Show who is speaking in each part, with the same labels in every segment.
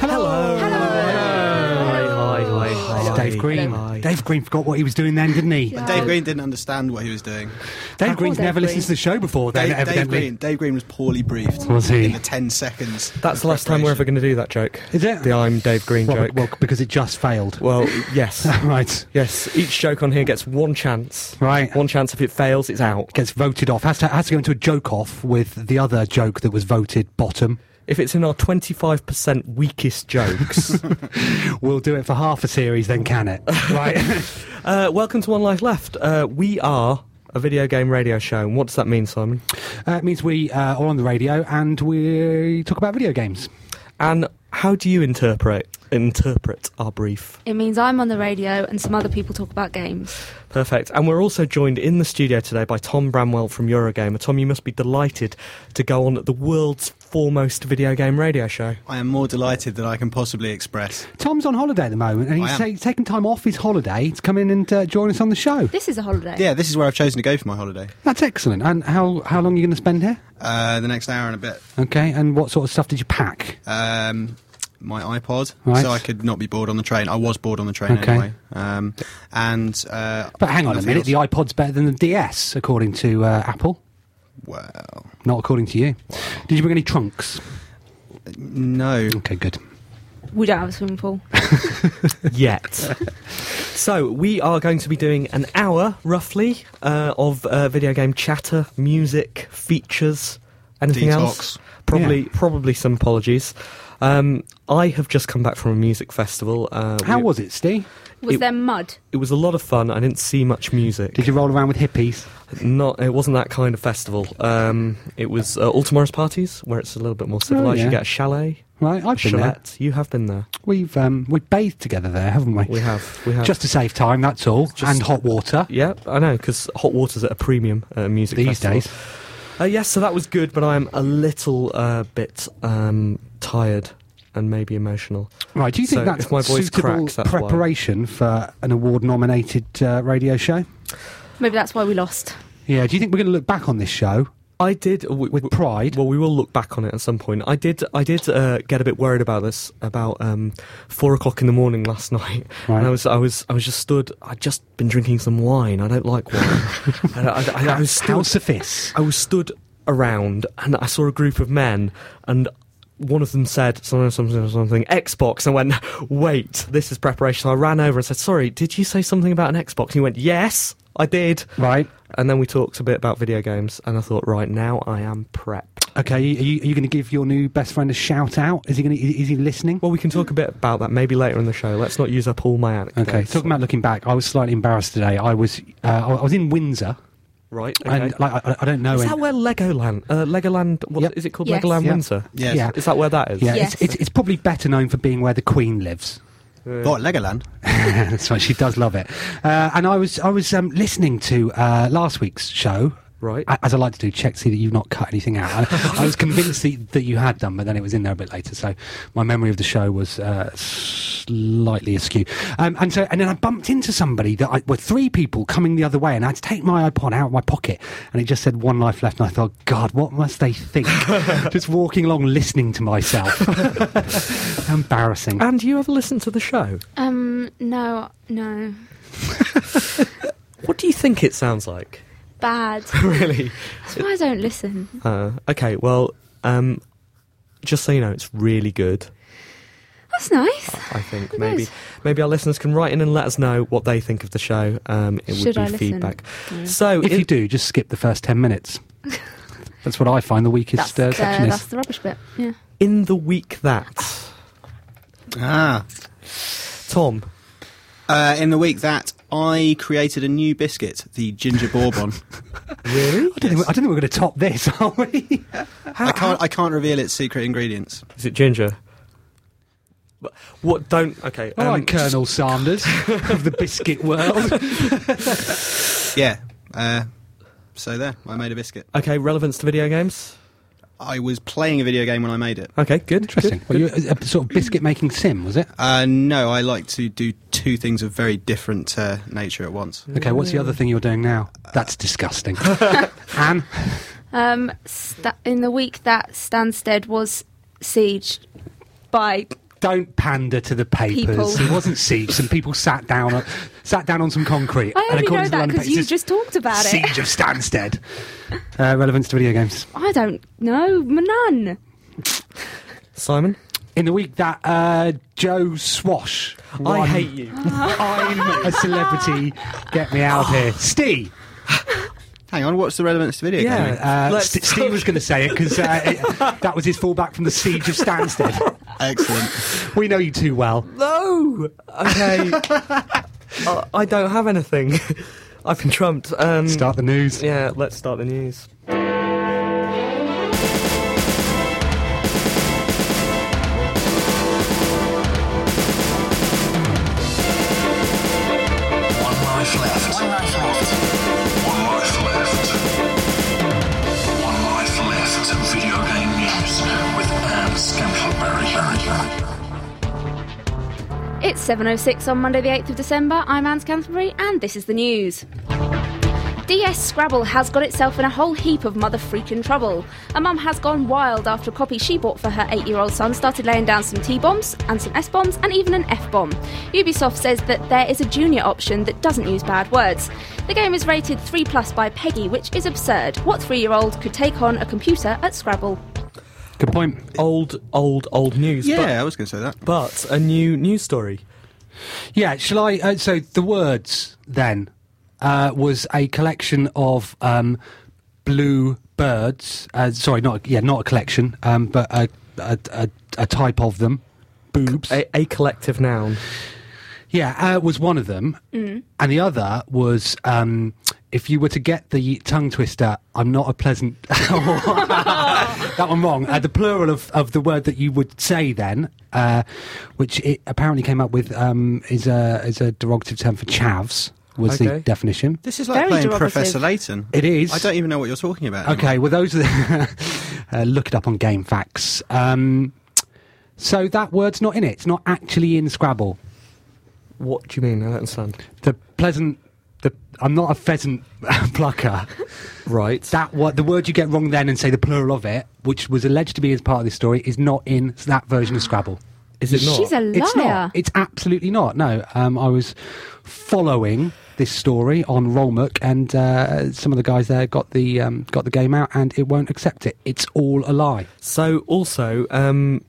Speaker 1: Hello.
Speaker 2: Hi, hi, hi, hi.
Speaker 1: Dave Green.
Speaker 2: Hi.
Speaker 1: Dave Green forgot what he was doing then, didn't he?
Speaker 3: Dave Green didn't understand what he was doing.
Speaker 1: Dave Green's
Speaker 4: Dave
Speaker 1: never
Speaker 4: Green.
Speaker 1: listened to the show before, then,
Speaker 3: Dave, Dave
Speaker 1: evidently.
Speaker 3: Green. Dave Green was poorly briefed.
Speaker 1: Was he?
Speaker 3: In the ten seconds.
Speaker 2: That's
Speaker 3: of
Speaker 2: the last time we're ever
Speaker 3: preparation.
Speaker 2: going to do that joke.
Speaker 1: Is it?
Speaker 2: The I'm Dave Green
Speaker 1: Well,
Speaker 2: joke.
Speaker 1: well, because it just failed.
Speaker 2: Well, yes.
Speaker 1: right.
Speaker 2: Yes, each joke on here gets one chance.
Speaker 1: Right.
Speaker 2: One chance. If it fails, it's out.
Speaker 1: Gets voted off. Has to, has to go into a joke off with the other joke that was voted bottom.
Speaker 2: If it's in our 25% weakest jokes.
Speaker 1: We'll do it for half a series, then can it? Right.
Speaker 2: uh, welcome to One Life Left. Uh, we are a video game radio show. And what does that mean, Simon?
Speaker 1: uh, it means we uh, are on the radio and we talk about video games.
Speaker 2: And how do you interpret interpret our brief?
Speaker 4: It means I'm on the radio and some other people talk about games.
Speaker 2: Perfect. And we're also joined in the studio today by Tom Bramwell from Eurogamer. Tom, you must be delighted to go on the world's foremost video game radio show.
Speaker 3: I am more delighted than I can possibly express.
Speaker 1: Tom's on holiday at the moment and
Speaker 3: I
Speaker 1: he's
Speaker 3: am.
Speaker 1: ta- taken time off his holiday to come in and uh, join us on the show.
Speaker 4: This is a holiday.
Speaker 3: Yeah, this is where I've chosen to go for my holiday.
Speaker 1: That's excellent. And how, how long are you going to spend here?
Speaker 3: Uh, the next hour and a bit.
Speaker 1: Okay, and what sort of stuff did you pack?
Speaker 3: Um, my iPod,
Speaker 1: Right.
Speaker 3: so I could not be bored on the train. I was bored on the train
Speaker 1: Okay.
Speaker 3: anyway. Um, and uh,
Speaker 1: But hang on a
Speaker 3: nothing
Speaker 1: minute, the
Speaker 3: else.
Speaker 1: iPod's better than the DS, according to uh, Apple.
Speaker 3: well,
Speaker 1: Not according to you. Did you bring any trunks?
Speaker 3: no.
Speaker 1: Okay, good.
Speaker 4: We don't have a swimming pool.
Speaker 2: yet. so we are going to be doing an hour roughly uh, of uh, video game chatter, music, features, anything
Speaker 3: Detox.
Speaker 2: else. Probably,
Speaker 1: Yeah.
Speaker 2: probably some apologies. Um, I have just come back from a music festival. Uh,
Speaker 1: How
Speaker 2: we-
Speaker 1: was it, Steve?
Speaker 4: Was
Speaker 2: It-
Speaker 4: there mud?
Speaker 2: It was a lot of fun. I didn't see much music.
Speaker 1: Did you roll around with hippies?
Speaker 2: Not. It wasn't that kind of festival. Um, it was uh, all tomorrow's parties, where it's a little bit more civilized.
Speaker 1: Oh, yeah.
Speaker 2: You get a chalet,
Speaker 1: Right, I've been there.
Speaker 2: chalette. You have been there.
Speaker 1: We've um, we've bathed together there, haven't we?
Speaker 2: We have. We have.
Speaker 1: Just to save time, that's all, and hot water.
Speaker 2: Yeah, I know, because hot water's at a premium at a music
Speaker 1: These
Speaker 2: festival.
Speaker 1: days.
Speaker 2: Uh, yes, so that was good, but I am a little uh, bit um, tired and maybe emotional.
Speaker 1: Right, do you think
Speaker 2: So
Speaker 1: that's
Speaker 2: if my voice
Speaker 1: suitable
Speaker 2: cracks, that's why.
Speaker 1: preparation for an award-nominated uh, radio show?
Speaker 4: Maybe that's why we lost.
Speaker 1: Yeah, do you think we're going to look back on this show
Speaker 2: I did w-
Speaker 1: with pride?
Speaker 2: Well, we will look back on it at some point. I did. I did uh, get a bit worried about this about um, four o'clock in the morning last night.
Speaker 1: Right.
Speaker 2: And I was. I was. I was just stood. I'd just been drinking some wine. I don't like wine. and I, I- I was stood,
Speaker 1: House of Fists.
Speaker 2: I was stood around and I saw a group of men and one of them said something, something, something, Xbox. And I went, wait, this is preparation. So I ran over and said, sorry, did you say something about an Xbox? And he went, yes, I did.
Speaker 1: Right.
Speaker 2: And then we talked a bit about video games and I thought, right, now I am prepped.
Speaker 1: Okay, are you, are you going to give your new best friend a shout out? Is he going to, is he listening?
Speaker 2: Well, we can talk a bit about that maybe later in the show. Let's not use up all my anecdotes.
Speaker 1: Okay, talking about looking back, I was slightly embarrassed today. I was uh, I I was in Windsor,
Speaker 2: Right, okay.
Speaker 1: and like I, I don't know.
Speaker 2: Is
Speaker 1: any-
Speaker 2: that where Legoland, uh, Legoland, what is
Speaker 1: Yep.
Speaker 2: it called?
Speaker 4: Yes.
Speaker 2: Legoland
Speaker 1: Yeah.
Speaker 2: Windsor?
Speaker 3: Yes.
Speaker 1: Yeah.
Speaker 2: Is that where that is?
Speaker 1: yeah,
Speaker 4: Yes.
Speaker 1: it's, it's, it's probably better known for being where the Queen lives.
Speaker 3: What Legoland?
Speaker 1: That's right, she does love it. Uh, and I was I was um, listening to uh, last week's show.
Speaker 2: Right.
Speaker 1: A- As I like to do, check to see that you've not cut anything out. I, I was convinced that, that you had done, but then it was in there a bit later. So my memory of the show was uh, s- slightly askew. Um, and so, and then I bumped into somebody that I, were three people coming the other way, and I had to take my iPod out of my pocket, and it just said one life left, and I thought, God, what must they think? just walking along, listening to myself. Embarrassing.
Speaker 2: And you ever listen to the show?
Speaker 4: Um, no, no.
Speaker 2: What do you think it sounds like?
Speaker 4: Bad.
Speaker 2: really?
Speaker 4: That's why I don't listen.
Speaker 2: Uh, okay, well, um, just so you know, it's really good.
Speaker 4: That's nice.
Speaker 2: I think
Speaker 4: Who
Speaker 2: maybe
Speaker 4: knows?
Speaker 2: maybe our listeners can write in and let us know what they think of the show. Um, it would
Speaker 4: Should
Speaker 2: be
Speaker 4: I listen?
Speaker 2: feedback.
Speaker 4: Yeah.
Speaker 2: So
Speaker 1: if
Speaker 2: in-
Speaker 1: you do, just skip the first 10 minutes. That's what I find the weakest uh, section
Speaker 4: that's
Speaker 1: is.
Speaker 4: the rubbish bit. Yeah.
Speaker 2: in the week that
Speaker 3: Ah.
Speaker 2: Tom,
Speaker 3: Uh, in the week that I created a new biscuit, the ginger bourbon.
Speaker 2: really?
Speaker 1: I don't, think, we- I don't think we're going to top this, are we?
Speaker 3: I can't. I can't reveal its secret ingredients.
Speaker 2: Is it ginger? But What? Don't. Okay.
Speaker 1: All
Speaker 2: um,
Speaker 1: right, Colonel Sanders uh, of the biscuit world.
Speaker 3: Yeah. Uh, so there, I made a biscuit.
Speaker 2: Okay. Relevance to video games.
Speaker 3: I was playing a video game when I made it.
Speaker 2: Okay. Good.
Speaker 1: Interesting.
Speaker 2: good,
Speaker 1: Well,
Speaker 2: good.
Speaker 1: you a sort of biscuit making sim, was it?
Speaker 3: Uh, no, I like to do two things of very different uh, nature at once.
Speaker 1: Okay, what's the other thing you're doing now? That's disgusting. Anne?
Speaker 4: Um, sta in the week that Stansted was sieged by
Speaker 1: Don't pander to the papers.
Speaker 4: People.
Speaker 1: It wasn't siege. Some people sat down, on, sat down on some concrete.
Speaker 4: I only know
Speaker 1: according to the
Speaker 4: that
Speaker 1: London
Speaker 4: because
Speaker 1: papers,
Speaker 4: you
Speaker 1: it's
Speaker 4: just talked about it.
Speaker 1: Siege of Stansted. Uh, relevance to video games.
Speaker 4: I don't know, m- none.
Speaker 2: Simon.
Speaker 1: In the week that uh, Joe Swash,
Speaker 2: I
Speaker 1: won,
Speaker 2: hate you.
Speaker 1: I'm a celebrity. Get me out of here, Steve.
Speaker 3: Hang on, what's the relevance to video
Speaker 2: Yeah.
Speaker 3: gaming?
Speaker 1: Uh,
Speaker 2: Let's
Speaker 1: St-
Speaker 2: talk-
Speaker 1: Steve was going to say it because uh, it- that was his fallback from the siege of Stansted.
Speaker 3: Excellent.
Speaker 1: We know you too well.
Speaker 2: No. Okay. uh, I don't have anything. I've been trumped. Um,
Speaker 1: Start the news.
Speaker 2: Yeah. Let's start the news.
Speaker 5: One life left. One life left. One life left. One life left. Video game news with Anne Scantleberry.
Speaker 4: It's 7.06 on Monday the 8th of December. I'm Anne Canterbury and this is the news. DS Scrabble has got itself in a whole heap of mother freaking trouble. A mum has gone wild after a copy she bought for her eight year old son started laying down some T bombs and some S bombs and even an F bomb. Ubisoft says that there is a junior option that doesn't use bad words. The game is rated 3 plus by Peggy, which is absurd. What three year old could take on a computer at Scrabble?
Speaker 1: Good point.
Speaker 2: Old, old, old news.
Speaker 3: yeah,
Speaker 2: but-
Speaker 3: I was going to say that.
Speaker 2: but a new news story.
Speaker 1: Yeah, shall I? Uh, so the words then uh, was a collection of um, blue birds. Uh, sorry, not yeah, not a collection, um, but a, a, a, a type of them. Boobs.
Speaker 2: A, a collective noun.
Speaker 1: Yeah, uh, was one of them, and the other was um, if you were to get the tongue twister, I'm not a pleasant. that one wrong. Uh, the plural of, of the word that you would say then, uh, which it apparently came up with, um, is a is a derogative term for chavs. Was the
Speaker 2: Okay.
Speaker 1: definition?
Speaker 3: This is like
Speaker 4: Very
Speaker 3: playing
Speaker 4: derogative.
Speaker 3: Professor Layton.
Speaker 1: It is.
Speaker 3: I don't even know what you're talking about. anymore.
Speaker 1: Okay, well, those are the uh, look it up on Game Facts. Um, so that word's not in it. It's not actually in Scrabble.
Speaker 2: What do you mean? I don't understand.
Speaker 1: The pleasant. The, I'm not a pheasant plucker.
Speaker 2: Right.
Speaker 1: That what the word you get wrong then and say the plural of it, which was alleged to be as part of this story, is not in that version of Scrabble.
Speaker 2: is it not?
Speaker 4: She's a liar.
Speaker 1: It's not. It's absolutely not. No, um, I was following this story on Rollmuck, and uh, some of the guys there got the um, got the game out, and it won't accept it. It's all a lie.
Speaker 2: so also, um,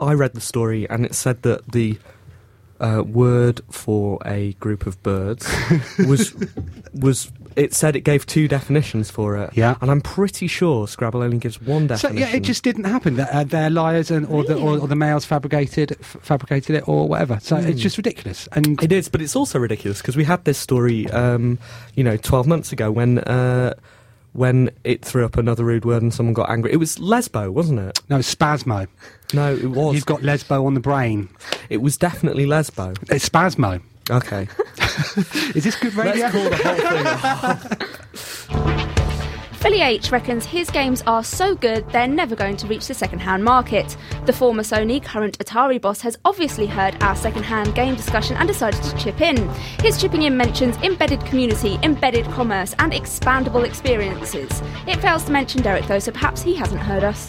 Speaker 2: I read the story and it said that the uh, word for a group of birds was was it said it gave two definitions for it.
Speaker 1: Yeah.
Speaker 2: And I'm pretty sure Scrabble only gives one
Speaker 1: So
Speaker 2: definition.
Speaker 1: yeah, it just didn't happen. That uh, they're liars, and or the or, or the males fabricated f- fabricated it, or whatever. So
Speaker 2: Hmm.
Speaker 1: it's just ridiculous. And
Speaker 2: It is, but it's also ridiculous because we had this story, um, you know, 12 months ago when uh, when it threw up another rude word and someone got angry. It was lesbo, wasn't it?
Speaker 1: no spasmo.
Speaker 2: No, it was.
Speaker 1: You've got lesbo on the brain.
Speaker 2: It was definitely lesbo.
Speaker 1: It's spasmo.
Speaker 2: Okay.
Speaker 1: Is this good radio?
Speaker 2: Let's call the whole thing.
Speaker 4: Billy H reckons his games are so good they're never going to reach the second-hand market. The former Sony, current Atari boss has obviously heard our second-hand game discussion and decided to chip in. His chipping in mentions embedded community, embedded commerce, and expandable experiences. It fails to mention Derek though, so perhaps he hasn't heard us.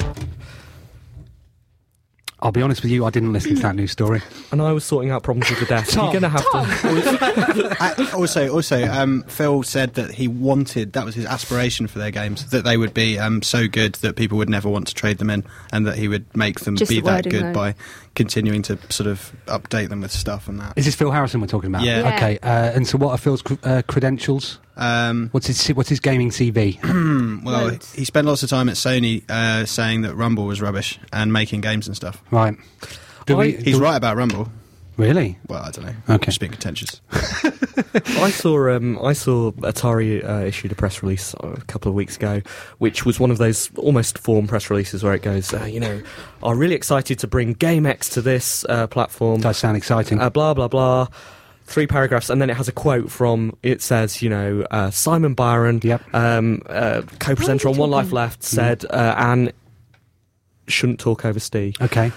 Speaker 1: I'll be honest with you, I didn't listen to that news story.
Speaker 2: And I was sorting out problems with the desk.
Speaker 1: Tom.
Speaker 2: You're going to have to.
Speaker 3: I, Uh, also, also, um, Phil said that he wanted that was his aspiration for their games that they would be um, so good that people would never want to trade them in, and that he would make them
Speaker 4: Just
Speaker 3: be
Speaker 4: the
Speaker 3: that
Speaker 4: wording,
Speaker 3: good
Speaker 4: though.
Speaker 3: by continuing to sort of update them with stuff and that.
Speaker 1: Is this Phil Harrison we're talking about?
Speaker 3: Yeah.
Speaker 4: Yeah.
Speaker 1: Okay. Uh, and so, what are Phil's cr- uh, credentials?
Speaker 3: Um,
Speaker 1: What's his what's his gaming CV?
Speaker 3: Hmm, well,
Speaker 4: Loads.
Speaker 3: he spent lots of time at Sony uh, saying that Rumble was rubbish and making games and stuff.
Speaker 1: right. Do we,
Speaker 3: He's
Speaker 1: do-
Speaker 3: right about Rumble.
Speaker 1: Really?
Speaker 3: Well, I don't know.
Speaker 1: Okay.
Speaker 3: just being contentious.
Speaker 2: I saw um, I saw Atari uh, issued a press release uh, a couple of weeks ago, which was one of those almost form press releases where it goes, uh, you know, are really excited to bring GameX to this uh, platform.
Speaker 1: Does sound exciting.
Speaker 2: Uh, blah blah blah. Three paragraphs, and then it has a quote from. It says, you know, uh, Simon Byron,
Speaker 1: Yep.
Speaker 2: um, uh, co-presenter on One Life Left, said, uh, "Anne shouldn't talk over Steve."
Speaker 1: okay.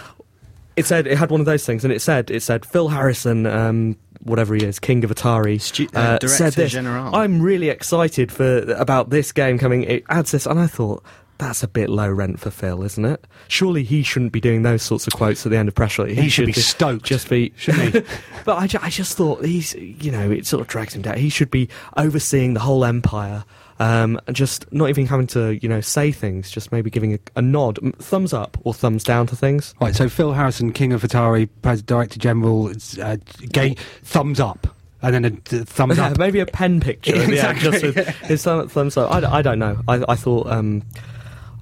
Speaker 2: It said it had one of those things, and it said it said Phil Harrison, um, whatever he is, King of Atari,
Speaker 3: Stu- uh, Director
Speaker 2: said this.
Speaker 3: General.
Speaker 2: I'm really excited for about this game coming. It adds this, and I thought. That's a bit low rent for Phil, isn't it? Surely he shouldn't be doing those sorts of quotes at the end of press release.
Speaker 1: He should be stoked,
Speaker 2: just be
Speaker 1: shouldn't he?
Speaker 2: but I, ju- I just thought he's, you know, it sort of drags him down. He should be overseeing the whole empire, um, and just not even having to, you know, say things. Just maybe giving a, a nod, m- thumbs up or thumbs down to things.
Speaker 1: Right. So Phil Harrison, King of Atari, Pres- Director General, it's, uh, gay thumbs up, and then a d- thumbs
Speaker 2: Yeah,
Speaker 1: up.
Speaker 2: maybe a pen picture. at the end, just with his thumb, thumbs up. I, d- I don't know. I, I thought, um,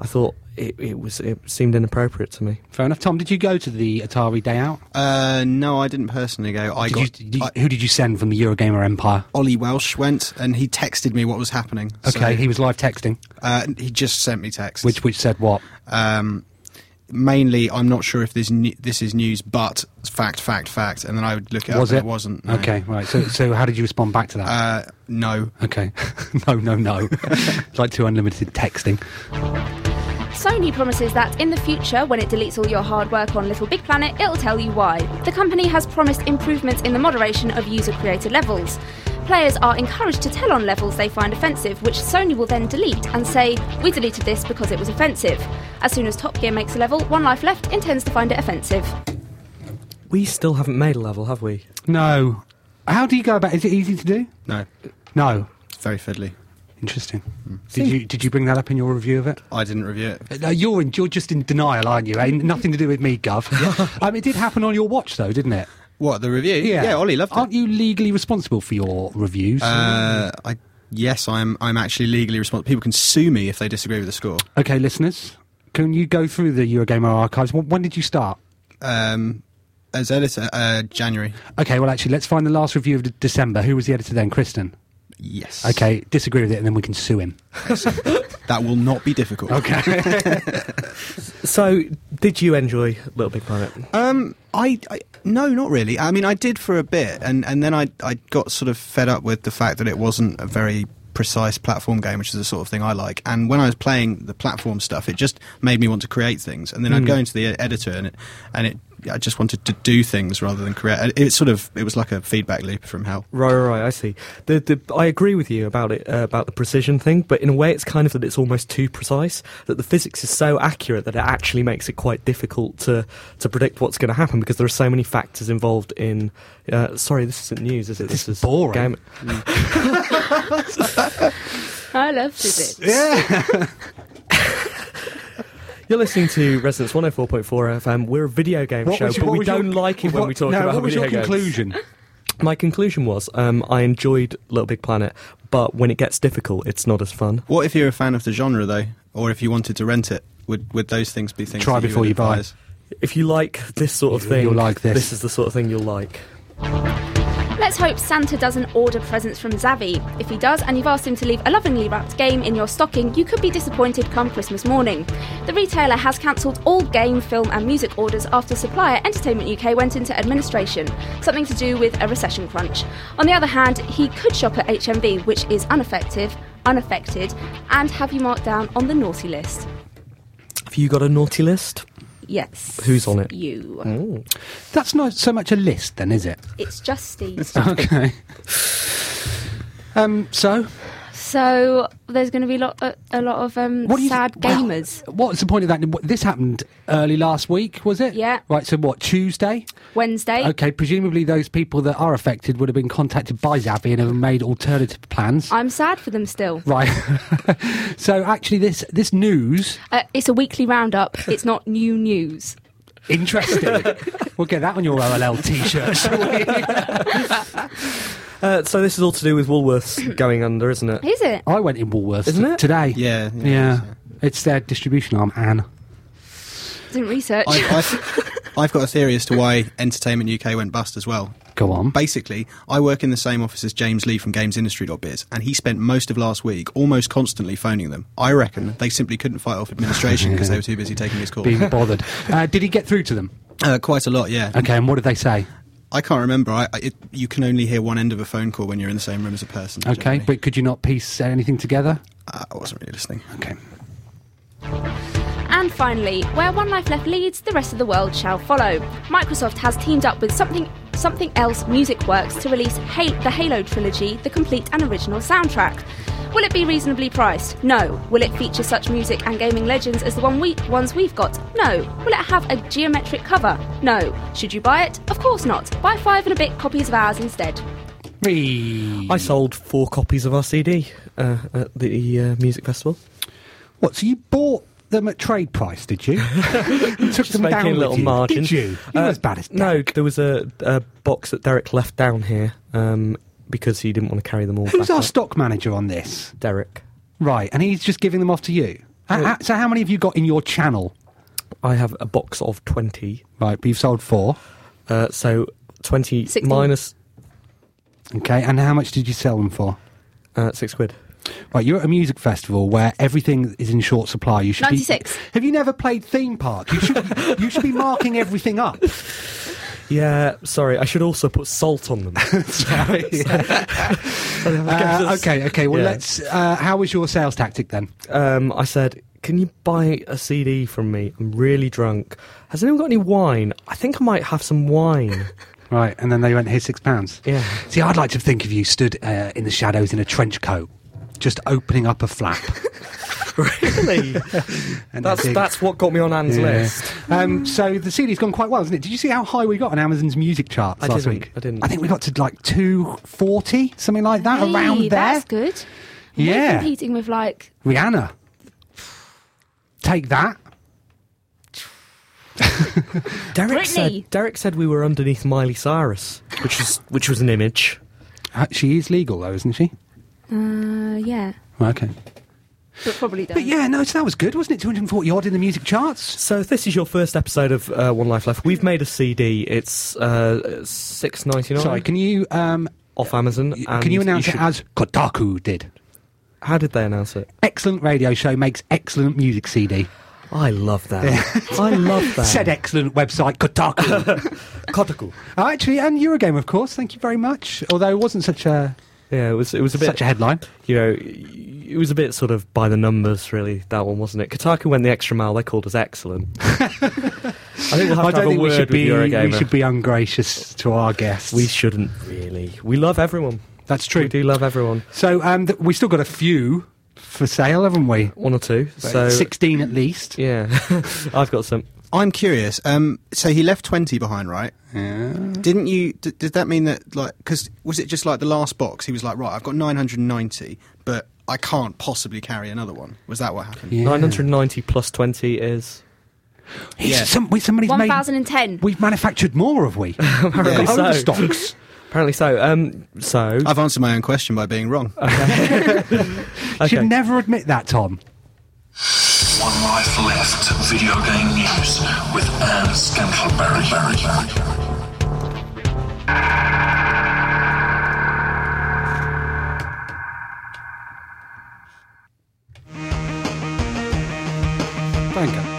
Speaker 2: I thought it, it was it seemed inappropriate to me.
Speaker 1: Fair enough. Tom, did you go to the Atari Day Out?
Speaker 3: Uh, no, I didn't personally go. I
Speaker 1: Did you,
Speaker 3: got
Speaker 1: did you-
Speaker 3: I-
Speaker 1: who did you send from the Eurogamer Empire?
Speaker 3: Ollie Welsh went, and he texted me what was happening. So,
Speaker 1: Okay, he was live texting,
Speaker 3: uh, he just sent me text.
Speaker 1: which which said what?
Speaker 3: um, mainly, I'm not sure if this ne- this is news, but fact, fact, fact. And then I would look it
Speaker 1: was
Speaker 3: up.
Speaker 1: it?
Speaker 3: And it wasn't. no.
Speaker 1: Okay, right. So so how did you respond back to that?
Speaker 3: Uh, no.
Speaker 1: okay, no, no, no. It's like two unlimited texting.
Speaker 4: Sony promises that in the future, when it deletes all your hard work on Little Big Planet, it'll tell you why. The company has promised improvements in the moderation of user created levels. Players are encouraged to tell on levels they find offensive, which Sony will then delete and say, We deleted this because it was offensive. As soon as Top Gear makes a level, One Life Left intends to find it offensive.
Speaker 2: We still haven't made a level, have we?
Speaker 1: No, how do you go about? Is it easy to do?
Speaker 3: No.
Speaker 1: No,
Speaker 3: Very fiddly.
Speaker 1: interesting. Did you did you bring that up in your review of it?
Speaker 3: Hmm.
Speaker 1: Uh,
Speaker 3: I didn't review it.
Speaker 1: No, you're in, you're just in denial, aren't you? Ain't nothing to do with me, Gov. um, it did happen on your watch, though, didn't it?
Speaker 3: What, the review? Ollie loved
Speaker 1: Aren't
Speaker 3: it.
Speaker 1: you legally responsible for your reviews?
Speaker 3: Uh, I, yes, I'm, I'm actually legally responsible. People can sue me if they disagree with the score.
Speaker 1: okay, listeners, can you go through the Eurogamer archives? When, when did you start?
Speaker 3: Um, as editor, uh, January.
Speaker 1: Okay, well, actually, let's find the last review of d- December. Who was the editor then? Kristen.
Speaker 3: Yes.
Speaker 1: Okay, disagree with it, and then we can sue him.
Speaker 3: That will not be difficult.
Speaker 1: Okay.
Speaker 2: So, did you enjoy Little Big Planet?
Speaker 3: Um, I, I no, not really. I mean, I did for a bit, and and then I I got sort of fed up with the fact that it wasn't a very precise platform game, which is the sort of thing I like. And when I was playing the platform stuff, it just made me want to create things. And then I'd
Speaker 1: Hmm.
Speaker 3: go into the e- editor, and it and it. I just wanted to do things rather than create. and It sort of it was like a feedback loop from hell.
Speaker 2: Right, right, right, I see. The, the, I agree with you about it, uh, about the precision thing, but in a way, it's kind of that it's almost too precise. That the physics is so accurate that it actually makes it quite difficult to to predict what's going to happen because there are so many factors involved in. Uh, sorry, this isn't news, is it? This, is Mm.
Speaker 1: boring.
Speaker 2: Game.
Speaker 4: I love physics.
Speaker 2: You're listening to oh Resonance 104.4 FM. We're a video game show,
Speaker 1: was-
Speaker 2: but we
Speaker 1: was your-
Speaker 2: don't like it when
Speaker 1: what-
Speaker 2: we talk
Speaker 1: no,
Speaker 2: about
Speaker 1: what was
Speaker 2: video
Speaker 1: your
Speaker 2: games.
Speaker 1: conclusion?
Speaker 2: My conclusion was um, I enjoyed Little Big Planet, but when it gets difficult, it's not as fun.
Speaker 3: What if you're a fan of the genre though, or if you wanted to rent it? Would would those things be things?
Speaker 1: Try
Speaker 3: that
Speaker 1: before
Speaker 3: would
Speaker 1: you buy.
Speaker 3: advise?
Speaker 2: If you like this sort of
Speaker 1: You'll
Speaker 2: thing,
Speaker 1: like this.
Speaker 2: This is the sort of thing you'll like.
Speaker 4: Let's hope Santa doesn't order presents from Zavi. If he does, and you've asked him to leave a lovingly wrapped game in your stocking, you could be disappointed come Christmas morning. The retailer has cancelled all game, film, and music orders after supplier Entertainment UK went into administration, something to do with a recession crunch. On the other hand, he could shop at HMV, which is ineffective, unaffected? And have you marked down on the naughty list?
Speaker 2: Have you got a naughty list?
Speaker 4: Yes.
Speaker 2: Who's on it?
Speaker 4: You.
Speaker 1: That's not so much a list, then, is it?
Speaker 4: It's just Steve.
Speaker 1: Okay. Um, so,
Speaker 4: So there's going to be a lot, a, a lot of um,
Speaker 1: what do you
Speaker 4: sad
Speaker 1: thi- wow.
Speaker 4: gamers.
Speaker 1: what's the point of that? What- This happened early last week, was it?
Speaker 4: Yeah.
Speaker 1: Right. So what? Tuesday.
Speaker 4: Wednesday.
Speaker 1: Okay. Presumably, those people that are affected would have been contacted by Zavi and have made alternative plans.
Speaker 4: I'm sad for them still.
Speaker 1: right. so actually, this this news
Speaker 4: Uh, it's a weekly roundup. It's not new news.
Speaker 1: interesting. we'll get that on your OLL t-shirt. shall we?
Speaker 2: Uh, so this is all to do with Woolworths going under, isn't it?
Speaker 4: Is it?
Speaker 1: I went in Woolworths
Speaker 2: Isn't it?
Speaker 1: today.
Speaker 3: Yeah,
Speaker 1: Yeah.
Speaker 3: yeah,
Speaker 1: It's their distribution arm, Anne.
Speaker 4: Didn't research.
Speaker 3: I, I've, I've got a theory as to why Entertainment UK went bust as well.
Speaker 1: Go on.
Speaker 3: Basically, I work in the same office as James Lee from GamesIndustry.biz, and he spent most of last week almost constantly phoning them. I reckon they simply couldn't fight off administration because they were too busy taking his calls.
Speaker 1: Being bothered. uh, did he get through to them?
Speaker 3: Uh, quite a lot, yeah.
Speaker 1: Okay. And what did they say?
Speaker 3: I can't remember. I, I, it, you can only hear one end of a phone call when you're in the same room as a person.
Speaker 1: Okay.
Speaker 3: generally.
Speaker 1: But could you not piece anything together?
Speaker 3: Uh, I wasn't really listening.
Speaker 1: Okay.
Speaker 4: And finally, where One Life Left leads, the rest of the world shall follow. Microsoft has teamed up with something something else Music Works to release ha- the Halo trilogy, the complete and original soundtrack. Will it be reasonably priced? No. Will it feature such music and gaming legends as the one we- ones we've got? No. Will it have a geometric cover? No. Should you buy it? Of course not. Buy five and a bit copies of ours instead.
Speaker 1: Me.
Speaker 2: I sold four copies of our CD uh, at the uh, music festival.
Speaker 1: What? So you bought them at trade price, did you? you took them down
Speaker 2: making a
Speaker 1: with
Speaker 2: little
Speaker 1: you,
Speaker 2: margin.
Speaker 1: Did you? You're
Speaker 2: Uh,
Speaker 1: as bad as
Speaker 2: No,
Speaker 1: Derek.
Speaker 2: there was a, a box that Derek left down here um, because he didn't want to carry them all.
Speaker 1: Who's
Speaker 2: back
Speaker 1: our
Speaker 2: up.
Speaker 1: stock manager on this?
Speaker 2: Derek.
Speaker 1: Right, and he's just giving them off to you. Uh, uh, so how many have you got in your channel?
Speaker 2: I have a box of twenty.
Speaker 1: Right, but you've sold four.
Speaker 2: Uh, so twenty
Speaker 4: Sixteen.
Speaker 2: minus,
Speaker 1: Okay, and how much did you sell them for?
Speaker 2: uh, six quid.
Speaker 1: Right, you're at a music festival where everything is in short supply. You should be-
Speaker 4: 96.
Speaker 1: have you never played theme park? You should, you should be marking everything up.
Speaker 2: Yeah, sorry. I should also put salt on them.
Speaker 1: Sorry. Uh, okay, okay. Well,
Speaker 2: Yeah.
Speaker 1: let's. Uh, how was your sales tactic then?
Speaker 2: um, I said, "Can you buy a CD from me? I'm really drunk. Has anyone got any wine? I think I might have some wine."
Speaker 1: Right, and then they went, here's six pounds.
Speaker 2: Yeah.
Speaker 1: See, I'd like to think of you stood uh, in the shadows in a trench coat, just opening up a flap.
Speaker 2: really?
Speaker 1: And
Speaker 2: That's
Speaker 1: big-
Speaker 2: that's what got me on Anne's
Speaker 1: Yeah.
Speaker 2: list.
Speaker 1: Um, so the CD's gone quite well, hasn't it? Did you see how high we got on Amazon's music charts
Speaker 2: I
Speaker 1: last
Speaker 2: didn't,
Speaker 1: week?
Speaker 2: I didn't.
Speaker 1: I think we got to like 240, something like that,
Speaker 4: Hey,
Speaker 1: around there.
Speaker 4: That's good. We're
Speaker 1: Yeah.
Speaker 4: competing with like
Speaker 1: Rihanna. Take that.
Speaker 2: Derek
Speaker 4: Britney.
Speaker 2: said Derek said we were underneath Miley Cyrus, which was which was an image.
Speaker 1: Uh, she is legal, though, isn't she?
Speaker 4: uh, yeah,
Speaker 1: Okay.
Speaker 4: but probably don't.
Speaker 1: But yeah, no, so that was good, wasn't it? 240 odd in the music charts.
Speaker 2: So if this is your first episode of uh, One Life Left. We've made a CD. It's uh, six ninety
Speaker 1: Sorry,
Speaker 2: nine
Speaker 1: can you um,
Speaker 2: off Amazon. and
Speaker 1: can you announce
Speaker 2: should-
Speaker 1: it as Kotaku did?
Speaker 2: How did they announce it?
Speaker 1: Excellent radio show makes excellent music CD.
Speaker 2: I love that. I love that.
Speaker 1: Said excellent website Kotaku.
Speaker 2: Kotaku.
Speaker 1: oh, actually, and Eurogame, of course. Thank you very much. Although it wasn't such a
Speaker 2: Yeah, it was it was a bit
Speaker 1: such a headline.
Speaker 2: you know, it was a bit sort of by the numbers, really, that one, wasn't it? Kotaku went the extra mile. They called us excellent. I think we'll have
Speaker 1: I
Speaker 2: to
Speaker 1: don't
Speaker 2: have a
Speaker 1: think we
Speaker 2: word
Speaker 1: should
Speaker 2: with
Speaker 1: be
Speaker 2: Eurogamer.
Speaker 1: we should be ungracious to our guests.
Speaker 2: We shouldn't really. We love everyone.
Speaker 1: That's
Speaker 2: We
Speaker 1: true.
Speaker 2: do love everyone.
Speaker 1: So um, th- we still got a few for sale, haven't we?
Speaker 2: One or two. So
Speaker 1: Sixteen at least.
Speaker 2: Yeah, I've got some.
Speaker 3: I'm curious. Um, so he left 20 behind, right? Didn't you? D- did that mean that, like, because was it just like the last box? He was like, right, I've got 990, but I can't possibly carry another one. Was that what happened?
Speaker 1: Yeah.
Speaker 2: 990 plus 20 is.
Speaker 1: He's-
Speaker 3: Yeah.
Speaker 1: some- we- somebody's made-
Speaker 4: 1010.
Speaker 1: We've manufactured more, have we? We've got
Speaker 2: so.
Speaker 1: overstocks.
Speaker 2: Apparently so. Um, so.
Speaker 3: I've answered my own question by being wrong.
Speaker 2: Okay.
Speaker 1: Should never admit that, Tom.
Speaker 5: One Life Left Video Game News with Anne Scantleberry.
Speaker 1: Thank you.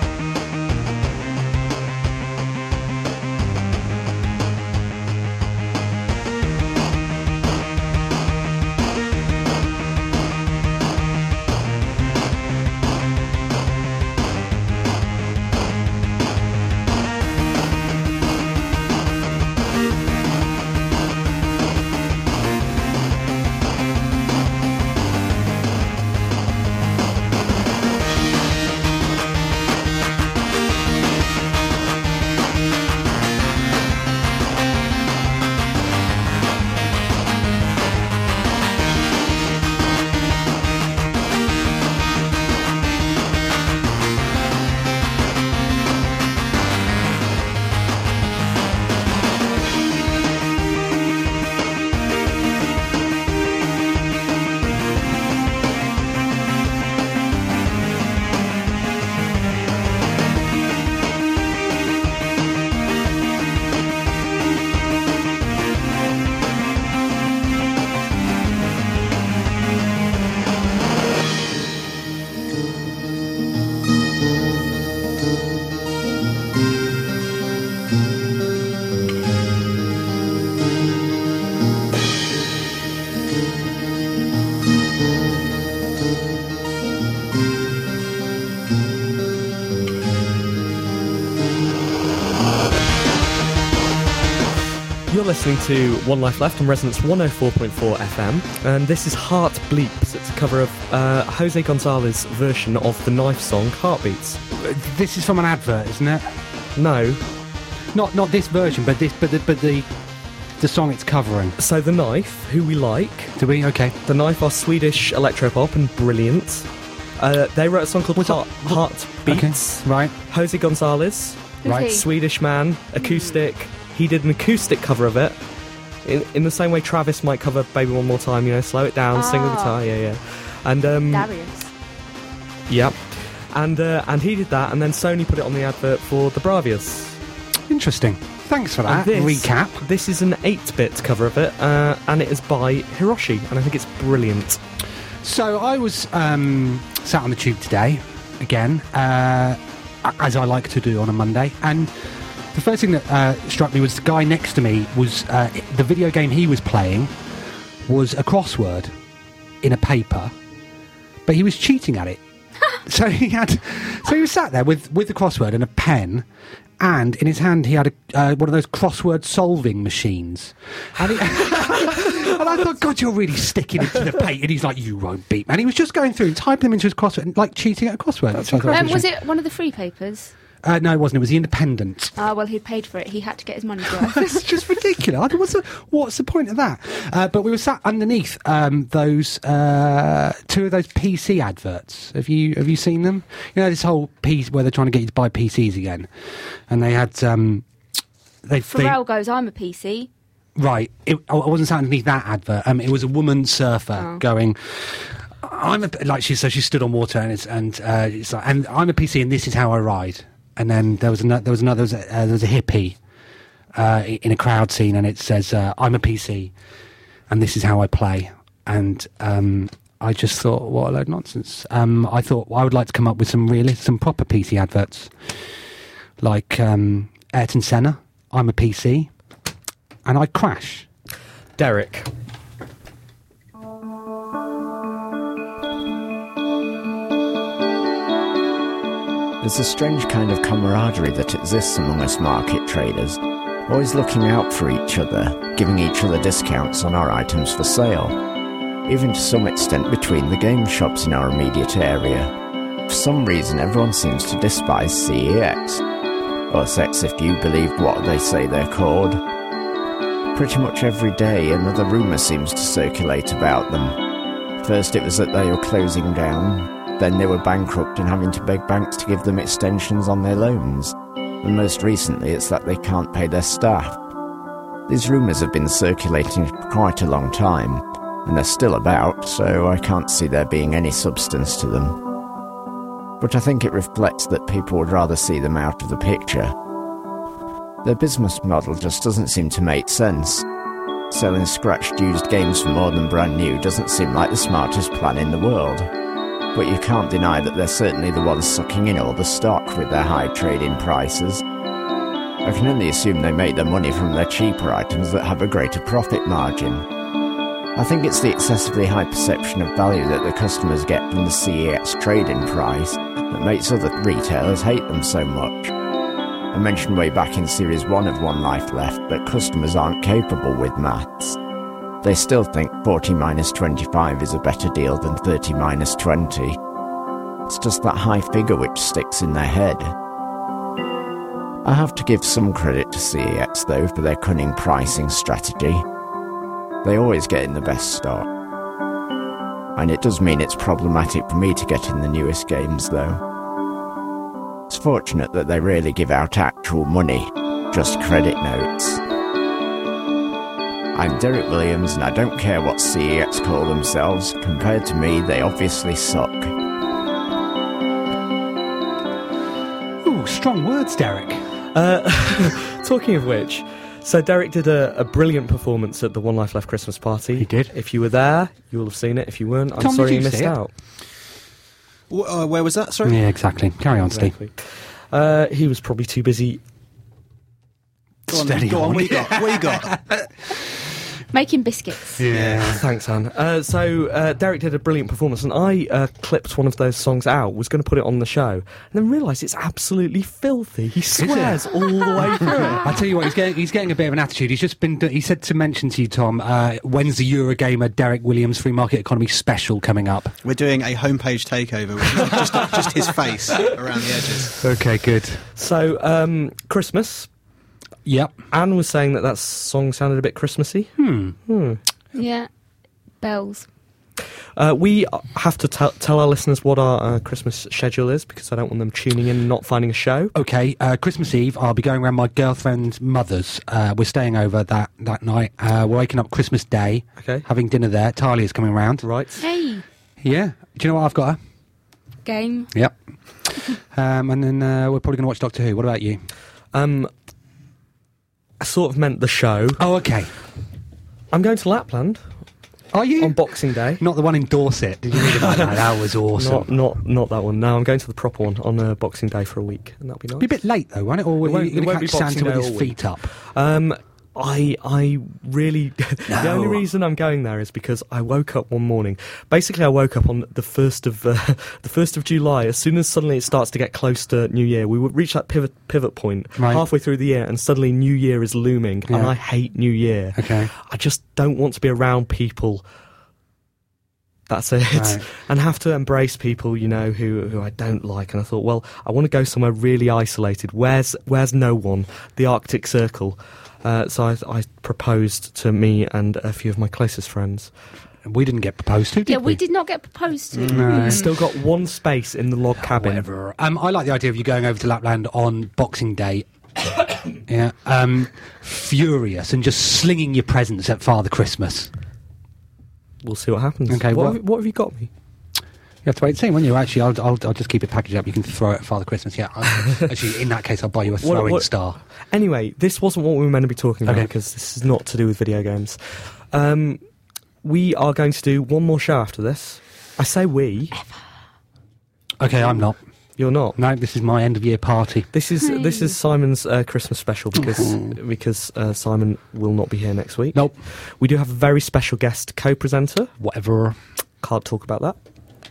Speaker 2: You're listening to One oh Life Left on Resonance 104.4 FM, and this is Heart Bleeps. It's a cover of uh, Jose Gonzalez's version of the knife song Heartbeats.
Speaker 1: This is from an advert, isn't it?
Speaker 2: No,
Speaker 1: Not not this version, but this, but the, but the the song it's covering.
Speaker 2: so The Knife, who we like,
Speaker 1: Do we? Okay.
Speaker 2: The Knife are Swedish electropop and brilliant. Uh, they wrote a song called Heart, Heartbeats.
Speaker 1: Okay. Right.
Speaker 2: Jose Gonzalez,
Speaker 4: Who's
Speaker 1: Right.
Speaker 4: he?
Speaker 2: Swedish man, acoustic. He did an acoustic cover of it. In, in the same way Travis might cover Baby One More Time, you know, slow it down, sing the
Speaker 4: Ah.
Speaker 2: guitar, yeah, yeah. And um,
Speaker 4: Darius.
Speaker 2: Yep. And uh, and he did that, and then Sony put it on the advert for the Bravias.
Speaker 1: Interesting. Thanks for
Speaker 2: And
Speaker 1: that recap.
Speaker 2: This is an 8-bit cover of it, uh, and it is by Hiroshi, and I think it's brilliant.
Speaker 1: So I was um, sat on the tube today, again, uh, as I like to do on a Monday, and the first thing that uh, struck me was the guy next to me was uh, the video game he was playing was a crossword in a paper, but he was cheating at it. so he had, so he was sat there with with the crossword and a pen. And in his hand, he had a, uh, one of those crossword solving machines. And he, And I thought, God, you're really sticking it to the paint. And he's like, you won't beat me. And he was just going through and typing them into his crossword, and, like cheating at a crossword. So I thought
Speaker 4: Um,
Speaker 1: was
Speaker 4: was
Speaker 1: interesting.
Speaker 4: it one of the free papers?
Speaker 1: Uh, no, it wasn't. It was the Independent.
Speaker 4: Ah, well, he'd paid for it. He had to get his money's worth.
Speaker 1: It's just ridiculous. I thought, what's the, what's the point of that? Uh, but we were sat underneath um, those uh, two of those PC adverts. Have you have you seen them? You know this whole piece where they're trying to get you to buy PCs again, and they had um, they they-
Speaker 4: Pharrell goes, I'm a PC.
Speaker 1: Right. It, I I wasn't sat underneath that advert. Um, it was a woman surfer going. I'm a, like she so she stood on water and it's and uh, it's like and I'm a PC and this is how I ride. And then there was another there was another there was a, uh, there was a hippie uh, i- in a crowd scene and it says uh, I'm a PC and this is how I play. And um, I just thought, what a load of nonsense. Um, I thought well, I would like to come up with some realist, some proper PC adverts, like um, Ayrton Senna. I'm a PC, and I crash.
Speaker 2: Derek.
Speaker 6: There's a strange kind of camaraderie that exists among us market traders, always looking out for each other, giving each other discounts on our items for sale, even to some extent between the game shops in our immediate area. For some reason, everyone seems to despise CEX, or sex if you believe what they say they're called. Pretty much every day, another rumour seems to circulate about them. First, it was that they were closing down. Then they were bankrupt and having to beg banks to give them extensions on their loans. And most recently, it's that they can't pay their staff. These rumours have been circulating for quite a long time, and they're still about, so I can't see there being any substance to them. But I think it reflects that people would rather see them out of the picture. Their business model just doesn't seem to make sense. Selling scratched used games for more than brand new doesn't seem like the smartest plan in the world. But you can't deny that they're certainly the ones sucking in all the stock with their high trading prices. I can only assume they make their money from their cheaper items that have a greater profit margin. I think it's the excessively high perception of value that the customers get from the CEX trading price that makes other retailers hate them so much. I mentioned way back in Series 1 of One Life Left that customers aren't capable with maths. They still think 40 minus 25 is a better deal than 30 minus 20. It's just that high figure which sticks in their head. I have to give some credit to CEX though for their cunning pricing strategy. They always get in the best stock. And it does mean it's problematic for me to get in the newest games though. It's fortunate that they rarely give out actual money, just credit notes. I'm Derek Williams, and I don't care what CEX call themselves. Compared to me, they obviously suck.
Speaker 1: Ooh, strong words, Derek.
Speaker 2: Uh, Talking of which, so Derek did a, a brilliant performance at the One Life Left Christmas party.
Speaker 1: He did.
Speaker 2: If you were there, you will have seen it. If you weren't, I'm
Speaker 1: Tom,
Speaker 2: sorry
Speaker 1: did
Speaker 2: you
Speaker 1: you
Speaker 2: missed
Speaker 1: see it?
Speaker 2: out.
Speaker 3: Wh- uh, where was that? Sorry.
Speaker 1: Yeah, exactly. Carry on, Steve.
Speaker 2: Exactly. Uh, he was probably too busy
Speaker 3: Go on, then.
Speaker 1: Steady
Speaker 3: go on.
Speaker 1: on.
Speaker 3: What you got? What you got?
Speaker 4: Making biscuits.
Speaker 1: Yeah.
Speaker 2: Thanks, Anne. Uh, so uh, Derek did a brilliant performance, and I uh, clipped one of those songs out. Was going to put it on the show, and then realised it's absolutely filthy. He swears all the way through it.
Speaker 1: I tell you what, he's getting he's getting a bit of an attitude. He's just been. He said to mention to you, Tom, uh, when's the Eurogamer Derek Williams Free Market Economy special coming up?
Speaker 3: We're doing a homepage takeover, which is just, just his face around the edges.
Speaker 1: Okay, good.
Speaker 2: So um, Christmas.
Speaker 1: Yep. Hmm.
Speaker 2: Anne was saying that that song sounded a bit Christmassy. Hmm.
Speaker 4: Yeah. Bells.
Speaker 2: Uh, we uh, have to tell tell our listeners what our uh, Christmas schedule is because I don't want them tuning in and not finding a show.
Speaker 1: Okay, uh, Christmas Eve, I'll be going around my girlfriend's mother's. Uh, we're staying over that, that night. Uh, we're waking up Christmas Day,
Speaker 2: Okay.
Speaker 1: having dinner there. Talia's coming round.
Speaker 2: Right.
Speaker 4: Hey.
Speaker 1: Yeah. Do you know what? I've got her.
Speaker 4: Game.
Speaker 1: Yep. um, and then uh, we're probably going to watch Doctor Who. What about you?
Speaker 2: Um, I sort of meant the show.
Speaker 1: Oh, okay.
Speaker 2: I'm going to Lapland
Speaker 1: Are you?
Speaker 2: on Boxing Day.
Speaker 1: Not the one in Dorset. Did you read about that? That was awesome.
Speaker 2: Not, not, not that one. No, I'm going to the proper one on uh, Boxing Day for a week, and that'll be nice.
Speaker 1: be a bit late though, won't it? Or
Speaker 2: It won't-
Speaker 1: are you
Speaker 2: it
Speaker 1: going to
Speaker 2: won't be
Speaker 1: catch Santa
Speaker 2: Boxing Day
Speaker 1: with
Speaker 2: all
Speaker 1: his
Speaker 2: week.
Speaker 1: feet up?
Speaker 2: Um, I I really the
Speaker 1: No.
Speaker 2: only reason I'm going there is because I woke up one morning. Basically, I woke up on the first of uh, the first of July. As soon as suddenly it starts to get close to New Year, we would reach that pivot pivot point
Speaker 1: Right.
Speaker 2: halfway through the year, and suddenly New Year is looming, and
Speaker 1: Yeah.
Speaker 2: I hate New Year.
Speaker 1: Okay.
Speaker 2: I just don't want to be around people. That's it,
Speaker 1: Right.
Speaker 2: and have to embrace people you know who who I don't like. And I thought, well, I want to go somewhere really isolated. Where's where's no one? The Arctic Circle. Uh, so I, I proposed to me and a few of my closest friends.
Speaker 1: We didn't get proposed to, did
Speaker 4: yeah, we? did not get proposed to. Hmm.
Speaker 1: No.
Speaker 2: Still got one space in the log cabin.
Speaker 1: Whatever. Um, I like the idea of you going over to Lapland on Boxing Day. yeah. Um, furious and just slinging your presents at Father Christmas.
Speaker 2: We'll see what happens.
Speaker 1: Okay,
Speaker 2: What,
Speaker 1: well-
Speaker 2: have, what have you got me?
Speaker 1: You have to wait and see, won't you? Actually, I'll, I'll, I'll just keep it packaged up. You can throw it at Father Christmas. Yeah. I- actually, in that case, I'll buy you a
Speaker 2: What-
Speaker 1: throwing
Speaker 2: what-
Speaker 1: star.
Speaker 2: Anyway, this wasn't what we were meant to be talking about
Speaker 1: Okay.
Speaker 2: because this is not to do with video games. Um, we are going to do one more show after this. I say we.
Speaker 1: Okay, I'm not.
Speaker 2: You're not.
Speaker 1: No, this is my end of year party.
Speaker 2: This is this is Simon's uh, Christmas special because because uh, Simon will not be here next week.
Speaker 1: Nope.
Speaker 2: We do have a very special guest co-presenter.
Speaker 1: Whatever.
Speaker 2: Can't talk about that.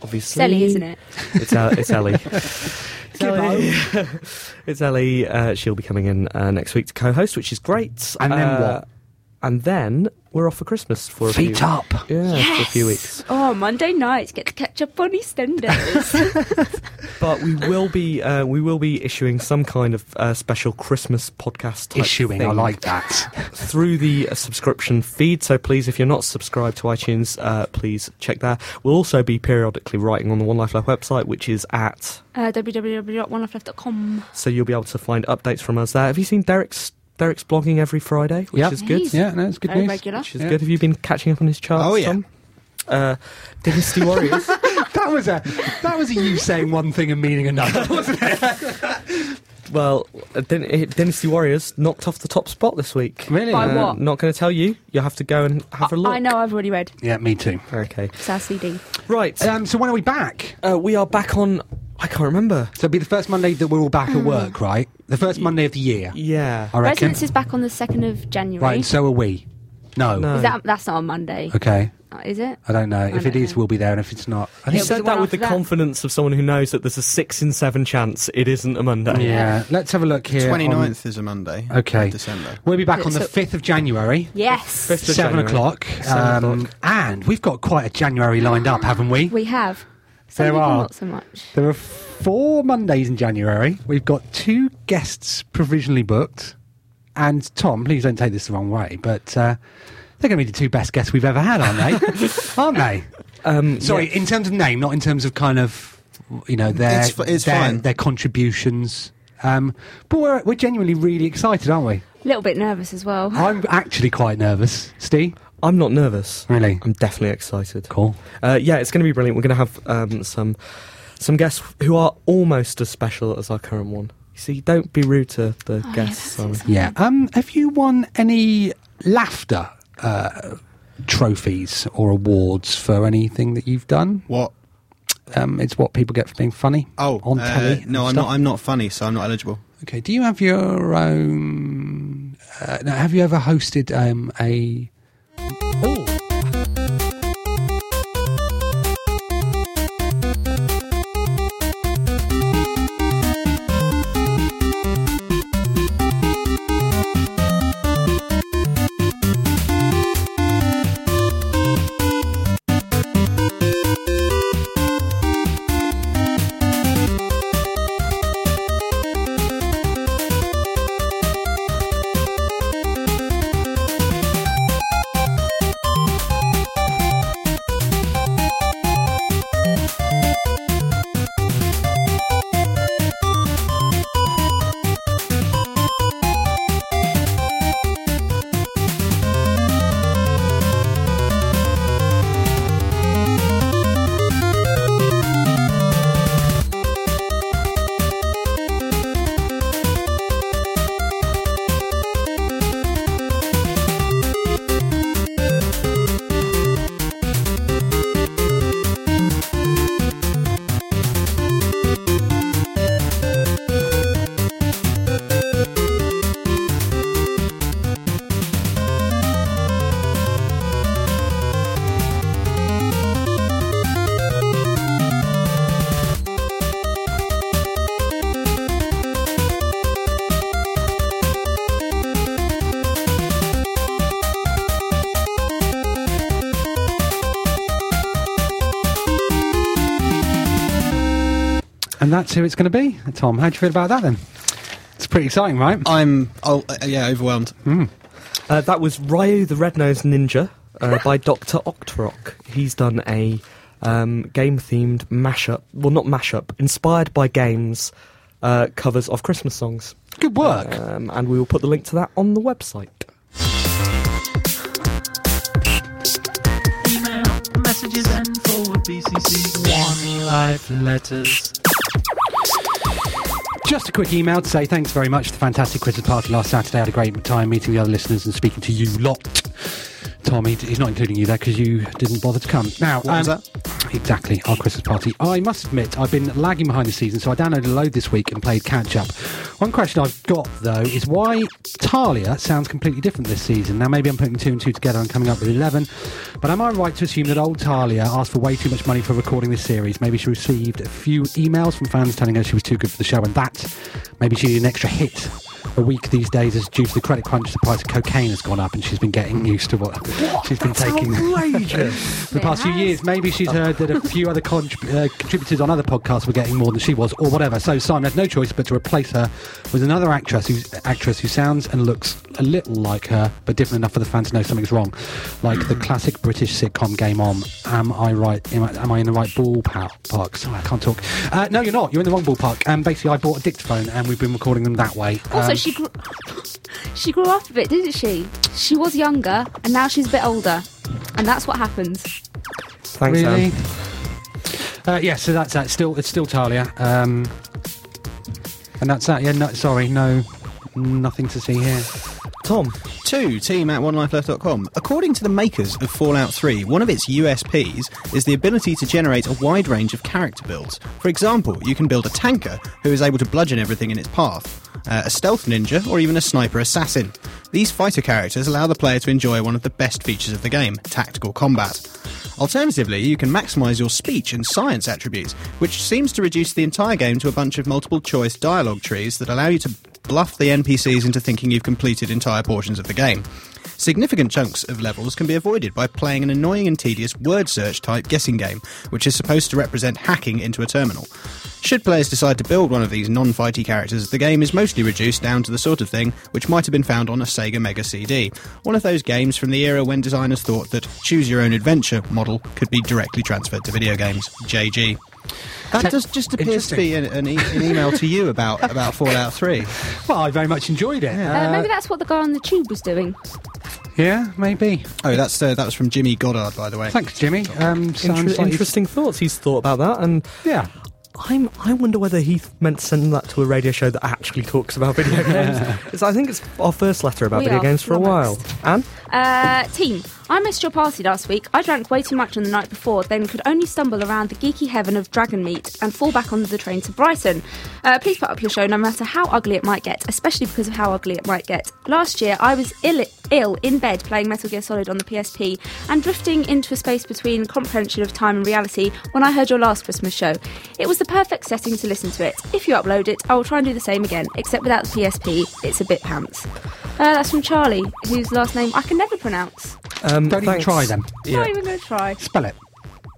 Speaker 2: Obviously,
Speaker 4: Silly, isn't it?
Speaker 2: It's, El- it's Ellie. it's Ellie. it's Ellie. Uh, she'll be coming in uh, next week to co-host, which is great.
Speaker 1: And then
Speaker 2: Uh,
Speaker 1: what?
Speaker 2: And then we're off for Christmas for a
Speaker 1: Feet
Speaker 2: few,
Speaker 1: up.
Speaker 2: Yeah, for a
Speaker 4: Yes.
Speaker 2: few weeks.
Speaker 4: Oh, Monday nights get to catch up on EastEnders.
Speaker 2: But we will be uh, we will be issuing some kind of uh, special Christmas podcast type
Speaker 1: Issuing. I
Speaker 2: thing.
Speaker 1: like that.
Speaker 2: through the uh, subscription feed. So please, if you're not subscribed to iTunes, uh, please check there. We'll also be periodically writing on the One Life Left website, which is at.
Speaker 4: uh, www.oneoffleft.com.
Speaker 2: So you'll be able to find updates from us there. Have you seen Derek's Derek's blogging every Friday, which
Speaker 1: Yep.
Speaker 2: is good.
Speaker 4: He's
Speaker 1: Yeah, no, it's good
Speaker 4: very
Speaker 1: news.
Speaker 4: regular.
Speaker 2: Which is good. Have you been catching up on his charts?
Speaker 3: Oh, yeah.
Speaker 2: Tom? Uh, Dynasty Warriors.
Speaker 1: That was a that was a you saying one thing and meaning another, wasn't it?
Speaker 2: well, uh, Dyn- uh, Dynasty Warriors knocked off the top spot this week.
Speaker 1: Really?
Speaker 4: By
Speaker 2: Uh,
Speaker 4: what?
Speaker 2: Not going to tell you. You'll have to go and have a look.
Speaker 4: I know, I've already read.
Speaker 1: Yeah, me too.
Speaker 2: Okay.
Speaker 4: It's our CD.
Speaker 2: Right.
Speaker 1: Um, so when are we back?
Speaker 2: uh, we are back on. I can't remember. Hmm.
Speaker 1: So it'll be the first Monday that we're all back at work, right? The first Monday of the year.
Speaker 2: Yeah.
Speaker 1: I reckon.
Speaker 4: Residence is back on the 2nd of January.
Speaker 1: Right, and so are we. No.
Speaker 2: No.
Speaker 4: is that, that's not on Monday,
Speaker 1: Okay.
Speaker 4: uh, is it?
Speaker 1: I don't know. if it
Speaker 4: don't
Speaker 1: is,
Speaker 4: know.
Speaker 1: we'll be there, and if it's not, I think.
Speaker 4: It'll
Speaker 2: You
Speaker 4: be
Speaker 2: said
Speaker 4: the
Speaker 2: that
Speaker 4: one
Speaker 2: with the
Speaker 4: after that.
Speaker 2: confidence of someone who knows that there's a six in seven chance it isn't a Monday.
Speaker 1: yeah. Let's have a look here. on-
Speaker 3: 29th is a Monday.
Speaker 1: okay.
Speaker 3: December.
Speaker 1: We'll be back on the
Speaker 4: So-
Speaker 1: fifth of January.
Speaker 4: Yes.
Speaker 2: Fifth of
Speaker 1: Seven
Speaker 2: January.
Speaker 1: o'clock,
Speaker 2: Seven
Speaker 1: um,
Speaker 2: o'clock.
Speaker 1: and we've got quite a January lined up, haven't we?
Speaker 4: We have. Some
Speaker 1: There
Speaker 4: people
Speaker 1: are.
Speaker 4: not so much.
Speaker 1: There are four Mondays in January. We've got two guests provisionally booked, and Tom, please don't take this the wrong way, but uh, they're going to be the two best guests we've ever had, aren't they? aren't they?
Speaker 2: Um,
Speaker 1: Sorry, in terms of name, not in terms of kind of you know their
Speaker 3: It's f- it's
Speaker 1: their,
Speaker 3: fine.
Speaker 1: their contributions. Um, but we're we're genuinely really excited, aren't we?
Speaker 4: A little bit nervous as well.
Speaker 3: Ah.
Speaker 1: I'm actually quite nervous, Steve.
Speaker 2: I'm not nervous.
Speaker 1: Really?
Speaker 2: I'm definitely excited.
Speaker 1: Cool.
Speaker 2: Uh, yeah, it's going to be brilliant. We're going to have um, some some guests who are almost as special as our current one. You see, don't be rude to
Speaker 4: Oh,
Speaker 2: the
Speaker 4: yeah,
Speaker 2: guests.
Speaker 4: that's
Speaker 2: Simon.
Speaker 4: exciting.
Speaker 1: Yeah. Um, have you won any laughter uh, trophies or awards for anything that you've done?
Speaker 3: What?
Speaker 1: Um, it's what people get for being funny.
Speaker 3: Oh,
Speaker 1: on
Speaker 3: uh,
Speaker 1: telly. and
Speaker 3: No, I'm
Speaker 1: stuff.
Speaker 3: not. I'm not funny, so I'm not eligible.
Speaker 1: Okay. Do you have your own? Uh, no, have you ever hosted um, a And that's who it's going to be. Tom, how do you feel about that then? It's pretty exciting, right? Hmm.
Speaker 3: I'm, oh, uh, yeah, overwhelmed.
Speaker 2: Uh, that was Ryu the Red-Nosed Ninja uh, by Dr. Octrock. He's done a um, game-themed mashup, well, not mashup, inspired by games uh, covers of Christmas songs.
Speaker 1: Good work.
Speaker 2: Um, and we will put the link to that on the website.
Speaker 7: email messages and forward BCC one life letters.
Speaker 1: Just a quick email to say thanks very much to the fantastic Christmas party last Saturday. I had a great time meeting the other listeners and speaking to you lot. Tom, he- he's not including you there because you didn't bother to come. Now, um,
Speaker 3: What was
Speaker 1: Exactly, our Christmas party. I must admit, I've been lagging behind the season, so I downloaded a load this week and played catch up. One question I've got, though, is why Talia sounds completely different this season. Now, maybe I'm putting two and two together and coming up with 11, but am I right to assume that old Talia asked for way too much money for recording this series? Maybe she received a few emails from fans telling her she was too good for the show, and that maybe she needed an extra hit. A week these days is due to the credit crunch. The price of cocaine has gone up, and she's been getting used to what, she's been taking
Speaker 2: outrageous.
Speaker 1: for the past few
Speaker 4: Yes.
Speaker 1: years. Maybe she's heard that a few other contrib- uh, contributors on other podcasts were getting more than she was, or whatever. So Simon had no choice but to replace her with another actress who's actress who sounds and looks a little like her, but different enough for the fan to know something's wrong. Like the classic British sitcom Game On. Am I right? Am I, am I in the right ballpark? Sorry, I can't talk. Uh, no, you're not. You're in the wrong ballpark. And basically, I bought a dictaphone, and we've been recording them that way.
Speaker 4: Also,
Speaker 1: Um,
Speaker 4: she grew, she grew up a bit, didn't she? She was younger, and now she's a bit older, and that's what happens.
Speaker 2: Thanks,
Speaker 1: really.
Speaker 2: Anne.
Speaker 1: Uh, yeah, so that's that. Still, it's still Talia, um, and that's that. Yeah, no, sorry, no, nothing to see here.
Speaker 2: Tom,
Speaker 3: Two, team at onelifeleft.com. According to the makers of Fallout 3, one of its USPs is the ability to generate a wide range of character builds. For example, you can build a tanker who is able to bludgeon everything in its path, uh, a stealth ninja, or even a sniper assassin. These fighter characters allow the player to enjoy one of the best features of the game tactical combat. Alternatively, you can maximize your speech and science attributes, which seems to reduce the entire game to a bunch of multiple choice dialogue trees that allow you to bluff the NPCs into thinking you've completed entire portions of the game. Significant chunks of levels can be avoided by playing an annoying and tedious word search type guessing game, which is supposed to represent hacking into a terminal. Should players decide to build one of these non fighty characters, the game is mostly reduced down to the sort of thing which might have been found on a Sega Mega CD, one of those games from the era when designers thought that choose your own adventure model could be directly transferred to video games. JG. That does just appears to be an, an, e- an email to you about, about Fallout 3.
Speaker 1: Well, I very much enjoyed it.
Speaker 4: Uh, maybe that's what the guy on the tube was doing.
Speaker 1: yeah, maybe.
Speaker 3: Oh, that's uh, that was from Jimmy Goddard, by the way.
Speaker 1: Thanks, Jimmy. Um, sounds
Speaker 2: inter-
Speaker 1: like
Speaker 2: interesting thoughts. He's thought about that, and
Speaker 1: Yeah.
Speaker 2: I'm, I wonder whether he th- meant sending that to a radio show that actually talks about video games. It's, I think it's our first letter about
Speaker 4: We
Speaker 2: video
Speaker 4: are
Speaker 2: games for a while.
Speaker 4: flummoxed.
Speaker 2: Anne?
Speaker 4: Uh, team, I missed your party last week. I drank way too much on the night before, then could only stumble around the geeky heaven of dragon meat and fall back onto the train to Brighton. Uh, please put up your show no matter how ugly it might get, especially because of how ugly it might get. Last year, I was ill, ill in bed playing Metal Gear Solid on the PSP and drifting into a space between comprehension of time and reality when I heard your last Christmas show. It was the perfect setting to listen to it. If you upload it, I will try and do the same again, except without the PSP. It's a bit pants. Uh, that's from Charlie, whose last name I can never pronounce.
Speaker 2: Um,
Speaker 1: Don't even
Speaker 2: thanks.
Speaker 1: try them.
Speaker 2: Yeah.
Speaker 4: Not even going to try.
Speaker 1: Spell it.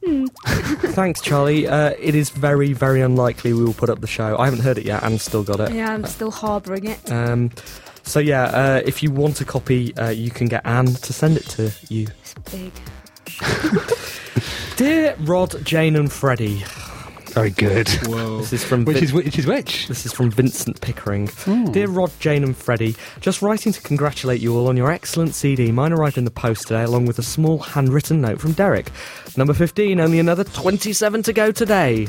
Speaker 2: Thanks, Charlie. Uh, it is very, very unlikely we will put up the show. I haven't heard it yet. Anne's still got it.
Speaker 4: Yeah, I'm still harbouring it.
Speaker 2: Um, so yeah, uh, if you want a copy, uh, you can get Anne to send it to you.
Speaker 4: It's big.
Speaker 2: Dear Rod, Jane, and Freddie,
Speaker 1: Very good.
Speaker 3: Whoa.
Speaker 2: this is from
Speaker 1: Which
Speaker 2: Vin-
Speaker 1: is which is which? Hmm.
Speaker 2: this is from Vincent Pickering. Dear Rod, Jane, and Freddie, just writing to congratulate you all on your excellent CD. Mine arrived in the post today, along with a small handwritten note from Derek. Number fifteen, only another twenty-seven to go today.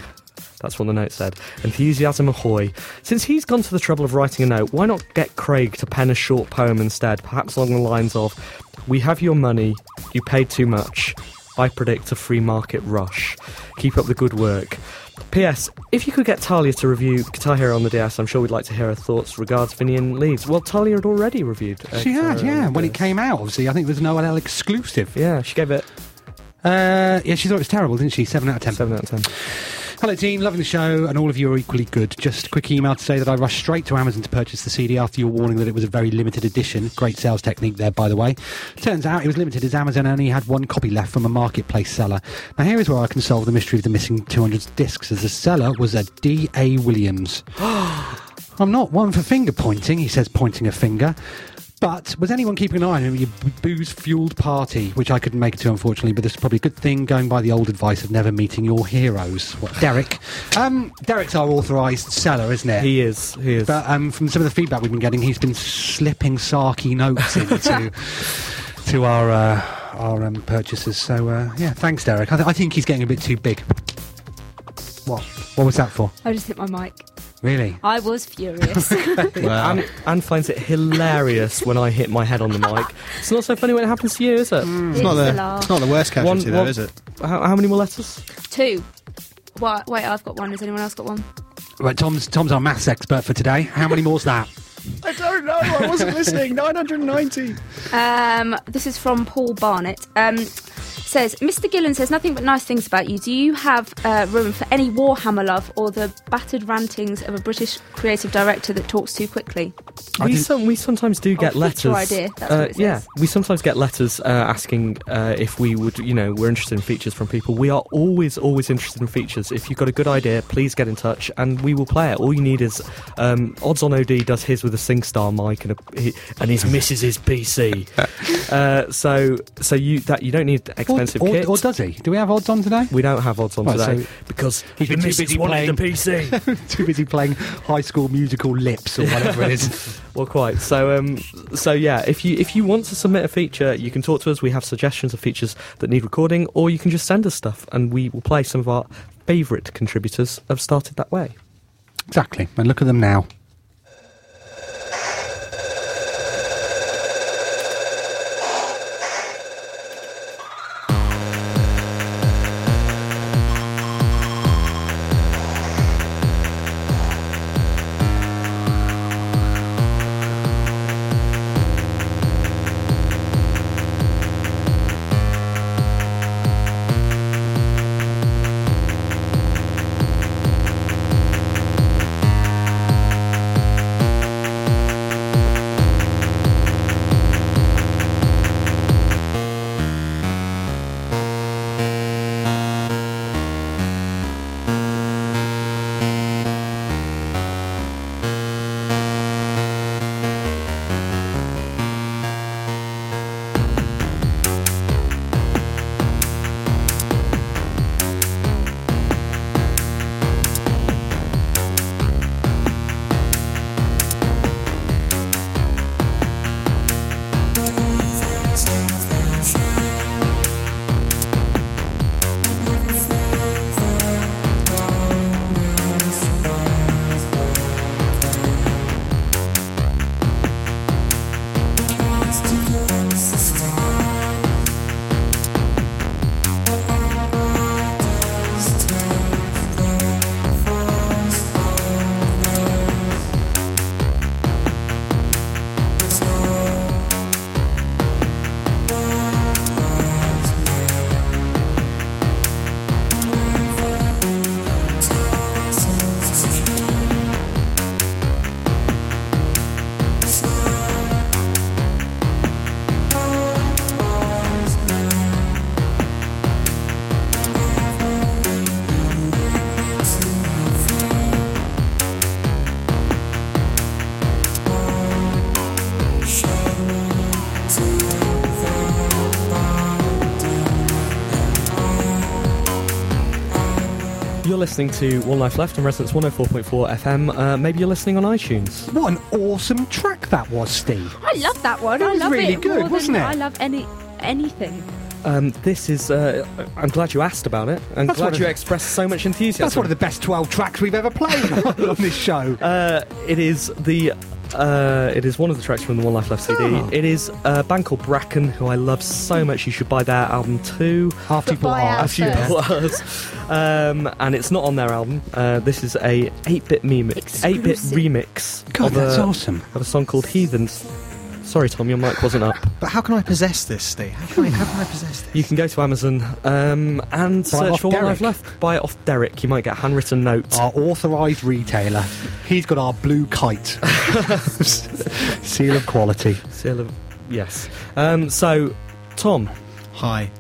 Speaker 2: That's what the note said. Enthusiasm ahoy. Since he's gone to the trouble of writing a note, why not get Craig to pen a short poem instead, perhaps along the lines of We have your money, you paid too much. I predict a free market rush. Keep up the good work. P.S. If you could get Talia to review Guitar Hero on the DS, I'm sure we'd like to hear her thoughts. Regards, Vinny and Leeds. Well, Talia had already reviewed. uh,
Speaker 1: She
Speaker 2: Guitar
Speaker 1: had,
Speaker 2: Hero on
Speaker 1: yeah.
Speaker 2: the
Speaker 1: When it
Speaker 2: DS.
Speaker 1: came out, obviously, I think it was an OLL exclusive.
Speaker 2: Yeah, she gave it
Speaker 1: Uh, yeah, she thought it was terrible, didn't she? Seven out of ten.
Speaker 2: 7 out of 10.
Speaker 1: Hello, team. Loving the show, and all of you are equally good. Just a quick email to say that I rushed straight to Amazon to purchase the CD after your warning that it was a very limited edition. Great sales technique there, by the way. Turns out it was limited as Amazon only had one copy left from a marketplace seller. Now, here is where I can solve the mystery of the missing 200 discs, as the seller was a D.A. Williams. I'm not one for finger pointing, he says, pointing a finger. But was anyone keeping an eye on him at your booze fueled party? Which I couldn't make it to, unfortunately, but it's probably a good thing going by the old advice of never meeting your heroes. What, Derek? Um, Derek's our authorised seller, isn't it?
Speaker 2: He is. He is.
Speaker 1: But um, from some of the feedback we've been getting, he's been slipping sarky notes into to our uh, our um, purchases. So uh, yeah, thanks, Derek. I, th- I think he's getting a bit too big. What? What was that for?
Speaker 4: I just hit my mic.
Speaker 1: Really?
Speaker 4: I was furious.
Speaker 3: Wow.
Speaker 2: Anne, Anne finds it hilarious when I hit my head on the mic. It's not so funny when it happens to you, is it?
Speaker 3: It's not
Speaker 4: the
Speaker 3: the
Speaker 4: laugh.
Speaker 3: it's not the worst casualty
Speaker 2: One-
Speaker 3: though,
Speaker 2: one-
Speaker 3: is it?
Speaker 2: How, how many more letters?
Speaker 4: Two. Wha- Wait, I've got one. Has anyone else got one?
Speaker 1: Right, Tom's Tom's our maths expert for today. How many more's that?
Speaker 3: I don't know. I wasn't listening. Nine hundred ninety.
Speaker 4: Um, this is from Paul Barnett. Um, says Mr. Gillen says nothing but nice things about you. Do you have uh, room for any Warhammer love or the battered rantings of a British creative director that talks too quickly?
Speaker 2: We,
Speaker 1: didn't-
Speaker 2: some, we sometimes do get
Speaker 4: Oh, that's
Speaker 2: letters.
Speaker 4: your idea. That's
Speaker 2: uh,
Speaker 4: what it says.
Speaker 2: Yeah, we sometimes get letters uh, asking uh, if we would, you know, we're interested in features from people. We are always, always interested in features. If you've got a good idea, please get in touch and we will play it. All you need is um, Odds on OD does his with a SingStar mic and a, he, and his misses his PC. uh, so so you that you don't need expensive
Speaker 1: or, or,
Speaker 2: kit.
Speaker 1: or does he? Do we have odds on today?
Speaker 2: we don't have odds on
Speaker 1: Right,
Speaker 2: today
Speaker 1: so-
Speaker 2: because
Speaker 1: He's
Speaker 2: the
Speaker 1: been too
Speaker 2: missus
Speaker 1: busy
Speaker 2: wanted the
Speaker 1: playing.
Speaker 2: PC.
Speaker 1: Too busy playing High School Musical Lips or whatever it is.
Speaker 2: Well, quite. So, um, so yeah. If you if you want to submit a feature, you can talk to us. We have suggestions of features that need recording, or you can just send us stuff, and we will play some of our favourite contributors. Have started that way.
Speaker 1: Exactly. And look at them now.
Speaker 2: You're listening to One oh Life Left on Resonance 104.4 FM. Uh, maybe you're listening on iTunes.
Speaker 1: What an awesome track that was, Steve.
Speaker 4: I love that one.
Speaker 1: That
Speaker 4: I
Speaker 1: was
Speaker 4: love
Speaker 1: really
Speaker 4: it
Speaker 1: good,
Speaker 4: more than
Speaker 1: wasn't it?
Speaker 4: I love any anything.
Speaker 2: Um, this is. Uh, I'm glad you asked about it. I'm
Speaker 1: That's one
Speaker 2: glad
Speaker 1: of
Speaker 2: you
Speaker 1: the-
Speaker 2: expressed so much enthusiasm.
Speaker 1: That's one of the best 12 tracks we've ever played on this show.
Speaker 2: Uh, it is the. Uh, it is one of the tracks from the One Life Left CD.
Speaker 3: Ah.
Speaker 1: Oh.
Speaker 2: It is a band called Bracken, who I love so much. You should buy their album too.
Speaker 1: After you bought
Speaker 4: buyout
Speaker 1: ours.
Speaker 2: As you
Speaker 4: Yeah.
Speaker 2: was. Um, and it's not on their album. Uh, this is a 8-bit remix, 8-bit
Speaker 4: Exclusive.
Speaker 2: remix
Speaker 1: God,
Speaker 2: of, a,
Speaker 1: that's awesome.
Speaker 2: of a song called Heathens. Sorry, Tom, your mic wasn't up.
Speaker 3: But how can I possess this, Steve? How can I, how can I possess this?
Speaker 2: You can go to Amazon um, and
Speaker 1: Buy it
Speaker 2: search
Speaker 1: off
Speaker 2: for One
Speaker 1: Derek.
Speaker 2: Life Left. Buy it off Derek. You might get a handwritten note.
Speaker 1: Our authorised retailer. He's got our blue kite. Seal of quality.
Speaker 2: Seal of- yes. Um, so, Tom,
Speaker 3: Hi.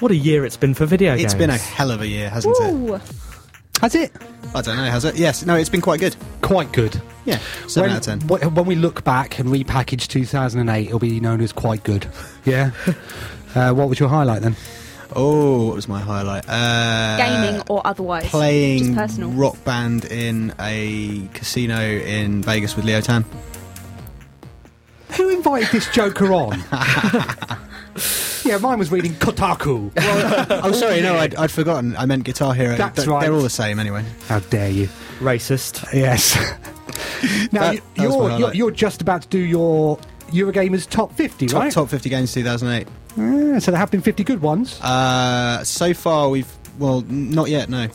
Speaker 2: what a year it's been for video games.
Speaker 3: It's been a hell of a year, Oh, hasn't it?
Speaker 4: Ooh.
Speaker 1: Has it?
Speaker 3: I don't know, has it? Yes, no, it's been quite good.
Speaker 1: Quite good.
Speaker 3: Yeah, 7
Speaker 1: when,
Speaker 3: out of 10.
Speaker 1: wh- when we look back and repackage 2008, it'll be known as quite good. Yeah. uh, what was your highlight then?
Speaker 3: Oh, what was my highlight? Uh,
Speaker 4: Gaming or otherwise. Just
Speaker 3: Playing
Speaker 4: personal.
Speaker 3: rock band in a casino in Vegas with Leo Tan.
Speaker 1: Who invited this joker on? yeah, mine was reading Kotaku.
Speaker 3: oh, sorry, no, I'd, I'd forgotten. I meant Guitar Hero.
Speaker 1: That's
Speaker 3: They're-
Speaker 1: right.
Speaker 3: They're all the same anyway.
Speaker 1: How dare you?
Speaker 2: Racist.
Speaker 1: Yes. now
Speaker 3: That-
Speaker 1: you-
Speaker 3: that was my
Speaker 1: you're, you're
Speaker 3: highlight.
Speaker 1: you're just about to do your Eurogamer's top 50,
Speaker 3: Top,
Speaker 1: right?
Speaker 3: top 50 games 2008.
Speaker 1: Yeah, so there have been 50 good ones.
Speaker 3: Uh, so far, we've. Well, n- not yet, no.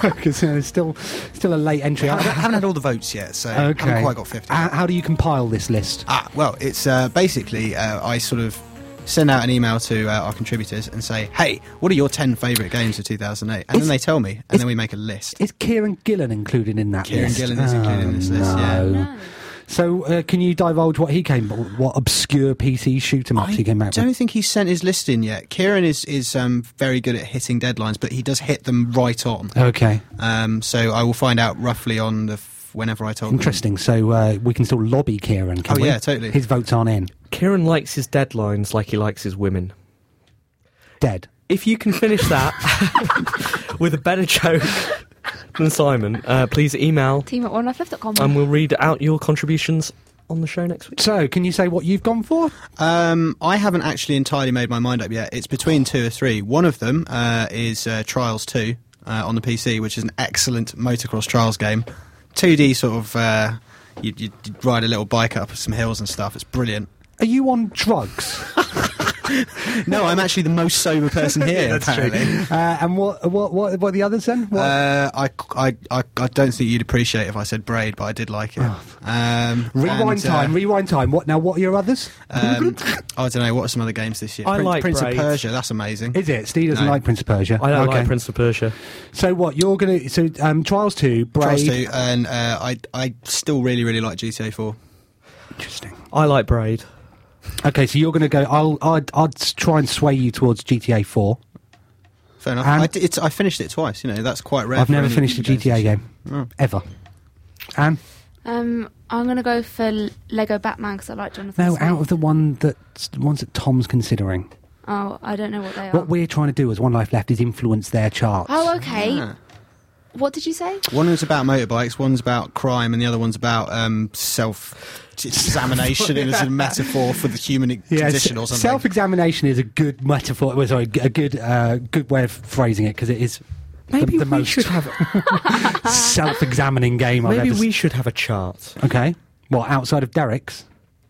Speaker 1: Because there's still still a late entry.
Speaker 3: I haven't had all the votes yet, so I haven't quite got 50.
Speaker 1: Uh, how do you compile this list?
Speaker 3: Ah, well, it's uh, basically uh, I sort of send out an email to uh, our contributors and say, "Hey, what are your ten favourite games of 2008?" And
Speaker 1: Is-
Speaker 3: then they tell me,
Speaker 1: is-
Speaker 3: and then we make a list.
Speaker 1: Is Kieran Gillen included in that
Speaker 3: Kieran
Speaker 1: list? Oh,
Speaker 3: Gillen is included in this list, yeah.
Speaker 1: no.
Speaker 4: No.
Speaker 1: So uh, can you divulge what he came, what obscure PC shoot 'em ups he
Speaker 3: I
Speaker 1: came out with?
Speaker 3: don't think he's sent his list in yet. Kieran is is um, very good at hitting deadlines, but he does hit them right on.
Speaker 1: Okay,
Speaker 3: Um, so I will find out roughly on the f- whenever I told.
Speaker 1: interesting. So uh, we can still lobby Kieran, can
Speaker 3: Oh,
Speaker 1: we?
Speaker 3: yeah, totally.
Speaker 1: His votes aren't in.
Speaker 2: Kieran likes his deadlines like he likes his women.
Speaker 1: Dead.
Speaker 2: If you can finish that with a better joke than Simon, uh, please email
Speaker 4: Team at onelifeleft.com.
Speaker 2: and Um, we'll read out your contributions on the show next week.
Speaker 1: So can you say what you've gone for?
Speaker 3: Them. Um, I haven't actually entirely made my mind up yet. It's between two or three. One of them uh, is uh, Trials Two uh, on the PC, which is an excellent motocross trials game. 2D sort of. Uh, you, you ride a little bike up some hills and stuff. It's brilliant.
Speaker 1: Are you on drugs?
Speaker 3: No, I'm actually the most sober person here. apparently.
Speaker 1: Uh, and what, what what what are the others then? What?
Speaker 3: Uh, I, I, I, I don't think you'd appreciate if I said braid, but I did like it. Um,
Speaker 1: Oh. rewind
Speaker 3: and, uh,
Speaker 1: time. rewind time. What now? What are your others?
Speaker 3: um, I don't know. What are some other games this year?
Speaker 2: I
Speaker 3: Prin-
Speaker 2: like
Speaker 3: Prince
Speaker 2: Braid.
Speaker 3: of Persia. That's amazing.
Speaker 1: Is it? Steve doesn't
Speaker 3: No.
Speaker 1: like Prince of Persia.
Speaker 2: I don't
Speaker 1: Okay.
Speaker 2: like Prince of Persia.
Speaker 1: So what you're gonna? So um, trials two,
Speaker 3: Trials
Speaker 1: brave.
Speaker 3: 2, and uh, I, I still really, really like GTA 4.
Speaker 1: Interesting.
Speaker 2: I like Braid.
Speaker 1: Okay, so you're gonna go. I'll I'd, I'd s- try and sway you towards GTA four.
Speaker 3: Fair enough.
Speaker 1: And-
Speaker 3: I, d- it's, I finished it twice. You know, that's quite rare.
Speaker 1: I've
Speaker 3: for
Speaker 1: never
Speaker 3: any Oh.
Speaker 1: finished a
Speaker 3: video
Speaker 1: GTA game ever. Anne,
Speaker 4: Um, I'm going to go for L- Lego Batman because I like Jonathan.
Speaker 1: no,
Speaker 4: Swift.
Speaker 1: out of the one that the ones that Tom's considering.
Speaker 4: Oh, I don't know what they are.
Speaker 1: What we're trying to do as One Life Left is influence their charts.
Speaker 4: oh, okay.
Speaker 3: Ah.
Speaker 4: What did you say?
Speaker 3: One is about motorbikes, one's about crime, and the other one's about um, self examination as a metaphor for the human condition or something.
Speaker 1: self-examination is a good metaphor. well, Sorry, a good uh, good way of phrasing it because it is
Speaker 2: Maybe
Speaker 1: the, the
Speaker 2: we
Speaker 1: most
Speaker 2: should have.
Speaker 1: self-examining game I've
Speaker 2: Maybe
Speaker 1: ever.
Speaker 2: we should have a chart.
Speaker 1: okay, well, Eh? outside of Derek's.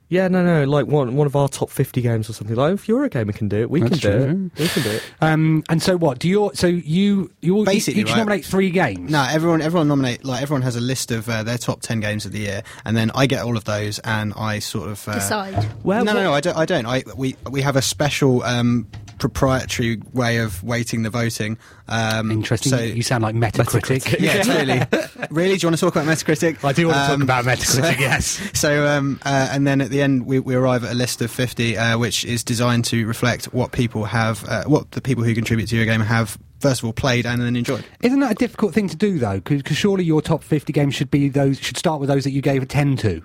Speaker 2: Yeah, no, no, like one one of our top fifty games or something. Like if you're a gamer, can do it. We
Speaker 1: That's
Speaker 2: can do
Speaker 1: true.
Speaker 2: it. We can do it.
Speaker 1: Um, and so what? Do you so you you all-
Speaker 3: Basically,
Speaker 1: each
Speaker 3: right.
Speaker 1: nominate three games?
Speaker 3: No, everyone everyone nominate like everyone has a list of uh, their top ten games of the year, and then I get all of those, and I sort of uh,
Speaker 4: Decide.
Speaker 2: Well,
Speaker 3: no, no,
Speaker 2: what-
Speaker 3: no, I don't. I don't. I we we have a special um, proprietary way of weighting the voting. Um,
Speaker 1: Interesting.
Speaker 3: So,
Speaker 1: you sound like Metacritic.
Speaker 3: yeah, totally. really, do you want to talk about Metacritic?
Speaker 1: I do want to talk
Speaker 3: Um,
Speaker 1: about Metacritic.
Speaker 3: so-
Speaker 1: yes.
Speaker 3: So, um, uh, and then at the end, we, we arrive at a list of 50, uh, which is designed to reflect what people have, uh, what the people who contribute to your game have, first of all, played and then enjoyed.
Speaker 1: Isn't that a difficult thing to do though? Because surely your top fifty games should be those should start with those that you gave a ten to.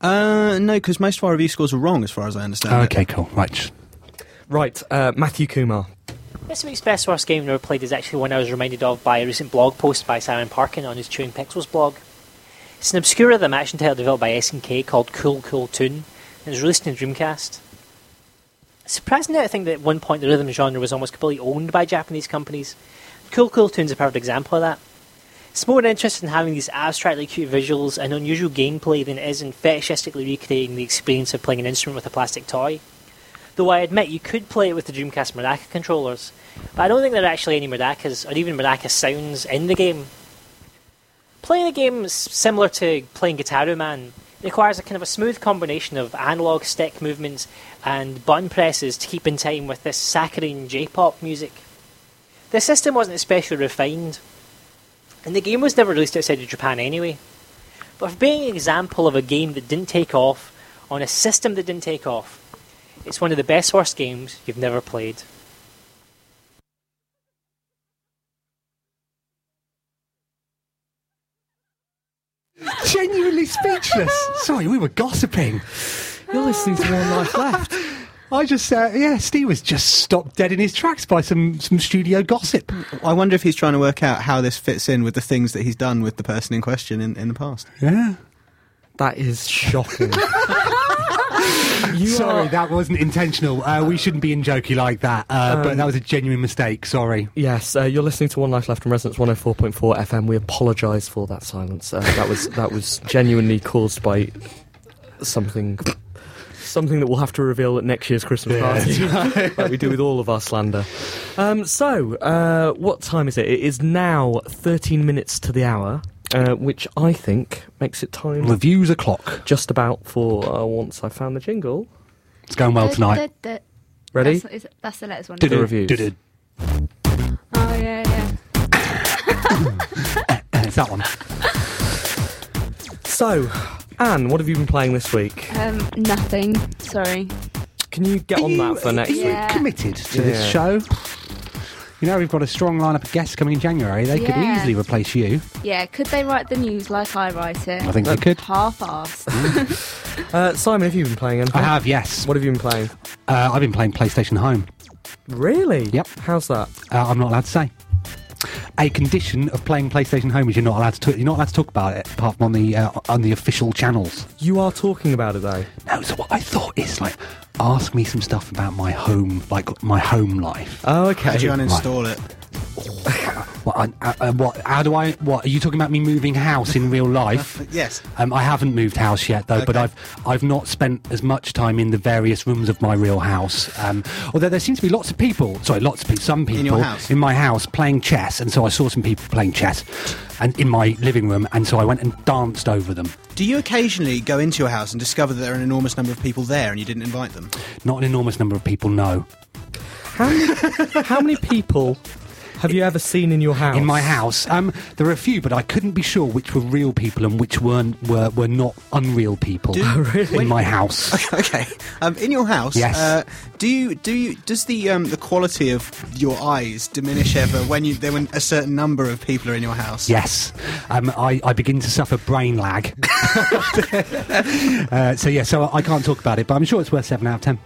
Speaker 3: Uh, no, because most of our review scores are wrong, as far as I understand. it.
Speaker 1: okay, cool. Right.
Speaker 2: Right, uh, Matthew Kumar.
Speaker 8: This week's best worst game I've ever played is actually one I was reminded of by a recent blog post by Simon Parkin on his Chewing Pixels blog. It's an obscure rhythm action title developed by SNK called Cool Cool Tune, and was released in Dreamcast. Surprisingly, I think that at one point the rhythm genre was almost completely owned by Japanese companies. Cool Cool Tune's a perfect example of that. It's more interested in having these abstractly cute visuals and unusual gameplay than it is in fetishistically recreating the experience of playing an instrument with a plastic toy. Though I admit you could play it with the Dreamcast Maraca controllers, but I don't think there are actually any maracas or even maraca sounds in the game. Playing the game is similar to playing Guitar Man, requires a kind of a smooth combination of analog stick movements and button presses to keep in time with this saccharine J-pop music. The system wasn't especially refined, and the game was never released outside of Japan anyway. But for being an example of a game that didn't take off on a system that didn't take off, it's one of the best worst games you've never played.
Speaker 1: Genuinely speechless. Sorry, we were gossiping.
Speaker 2: You're listening to One Life Left.
Speaker 1: I just, uh, yeah, Steve was just stopped dead in his tracks by some, some studio gossip.
Speaker 3: I wonder if he's trying to work out how this fits in with the things that he's done with the person in question in, in the past.
Speaker 1: Yeah.
Speaker 2: That is shocking.
Speaker 1: Sorry, that wasn't intentional. Uh, we shouldn't be in jokey like that. Uh, but that was a genuine mistake. Sorry.
Speaker 2: Um, Yes, uh, you're listening to One oh Life Left and Resonance 104.4 FM. We apologise for that silence. Uh, that was that was genuinely caused by something something that we'll have to reveal at next year's Christmas party, like we do with all of our slander. Um, so, uh, what time is it? It is now 13 minutes to the hour, uh, which I think makes it time
Speaker 1: Reviews o'clock.
Speaker 2: just about for uh, once I found the jingle.
Speaker 1: It's going well tonight.
Speaker 2: Ready?
Speaker 4: That's, is- that's the latest one.
Speaker 2: Did the reviews.
Speaker 1: Did it.
Speaker 4: Oh, yeah, yeah.
Speaker 1: It's that one.
Speaker 2: So, Anne, what have you been playing this week?
Speaker 4: Um, nothing. Sorry.
Speaker 2: Can you get on that for next
Speaker 1: are you
Speaker 2: week?
Speaker 4: Yeah.
Speaker 1: committed to
Speaker 2: Yeah.
Speaker 1: this show? You know, we've got a strong lineup of guests coming in January. They could
Speaker 4: Yeah.
Speaker 1: easily replace you.
Speaker 4: Yeah, could they write the news like I write it?
Speaker 1: I think they could.
Speaker 4: Half-assed.
Speaker 2: Uh, Simon, have you been playing anything?
Speaker 1: I have, yes.
Speaker 2: What have you been playing?
Speaker 1: Uh, I've been playing PlayStation Home.
Speaker 2: Really?
Speaker 1: Yep.
Speaker 2: How's that?
Speaker 1: Uh, I'm not allowed to say. A condition of playing PlayStation Home is you're not allowed to t- you're not allowed to talk about it apart from on the uh, on the official channels.
Speaker 2: You are talking about it though.
Speaker 1: No, so what I thought is like, ask me some stuff about my home, like my home life.
Speaker 2: Oh,
Speaker 3: Did you
Speaker 2: okay.
Speaker 3: uninstall it?
Speaker 1: What, I, uh, uh, what? How do I? What are you talking about? Me moving house in real life?
Speaker 3: Yes.
Speaker 1: Um, I haven't moved house yet though, but
Speaker 3: Okay.
Speaker 1: I've I've not spent as much time in the various rooms of my real house. Um, although there seems to be lots of people, sorry, lots of people, some people
Speaker 3: your house?
Speaker 1: in my house playing chess, and so I saw some people playing chess, and in my living room, and so I went and danced over them.
Speaker 3: Do you occasionally go into your house and discover that there are an enormous number of people there and you didn't invite them?
Speaker 1: Not an enormous number of people, no.
Speaker 2: How many, how many people have you ever seen in your house?
Speaker 1: in my house. Um, there were a few, but I couldn't be sure which were real people and which weren't were, were not unreal people Oh,
Speaker 2: Oh,
Speaker 1: in my house.
Speaker 3: Okay. Um, in your house,
Speaker 1: Yes.
Speaker 3: uh, do you do you does the um, the quality of your eyes diminish ever when you there when a certain number of people are in your house?
Speaker 1: Yes, um, I, I begin to suffer brain lag. uh, so yeah, so I can't talk about it, but I'm sure it's worth seven out of ten.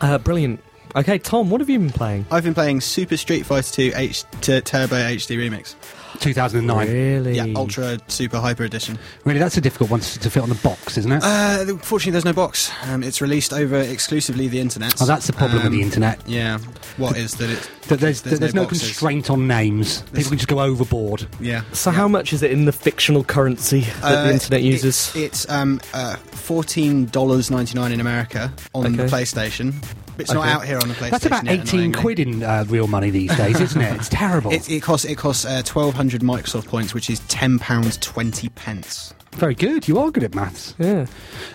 Speaker 2: Uh, brilliant. Okay, Tom, what have you been playing?
Speaker 3: I've been playing Super Street Fighter 2 H- t- Turbo HD Remix.
Speaker 1: 2009. Really?
Speaker 2: Really?
Speaker 3: Yeah, Ultra Super Hyper Edition.
Speaker 1: that's a difficult one to to fit on the box, isn't it?
Speaker 3: Uh, fortunately, there's no box. Um, it's released over exclusively the internet. Um,
Speaker 1: oh, that's the problem with the internet.
Speaker 3: Yeah. What is that? It,
Speaker 1: That there's, that there's no,
Speaker 3: boxes.
Speaker 1: constraint on names. People can just go overboard.
Speaker 3: Yeah.
Speaker 2: So, how much is it in the fictional currency that
Speaker 3: Uh,
Speaker 2: the internet
Speaker 3: it-
Speaker 2: uses?
Speaker 3: it's um, uh, fourteen dollars ninety nine in America on the
Speaker 2: Okay.
Speaker 3: PlayStation. But it's not
Speaker 2: Okay.
Speaker 3: out here on the PlayStation.
Speaker 1: That's about
Speaker 3: yet,
Speaker 1: 18
Speaker 3: annoyingly.
Speaker 1: quid in uh, real money these days, isn't it? It's terrible.
Speaker 3: It, it costs it costs uh, twelve hundred Microsoft points, which is ten pounds twenty pence.
Speaker 1: Very good. You are good at maths.
Speaker 2: yeah.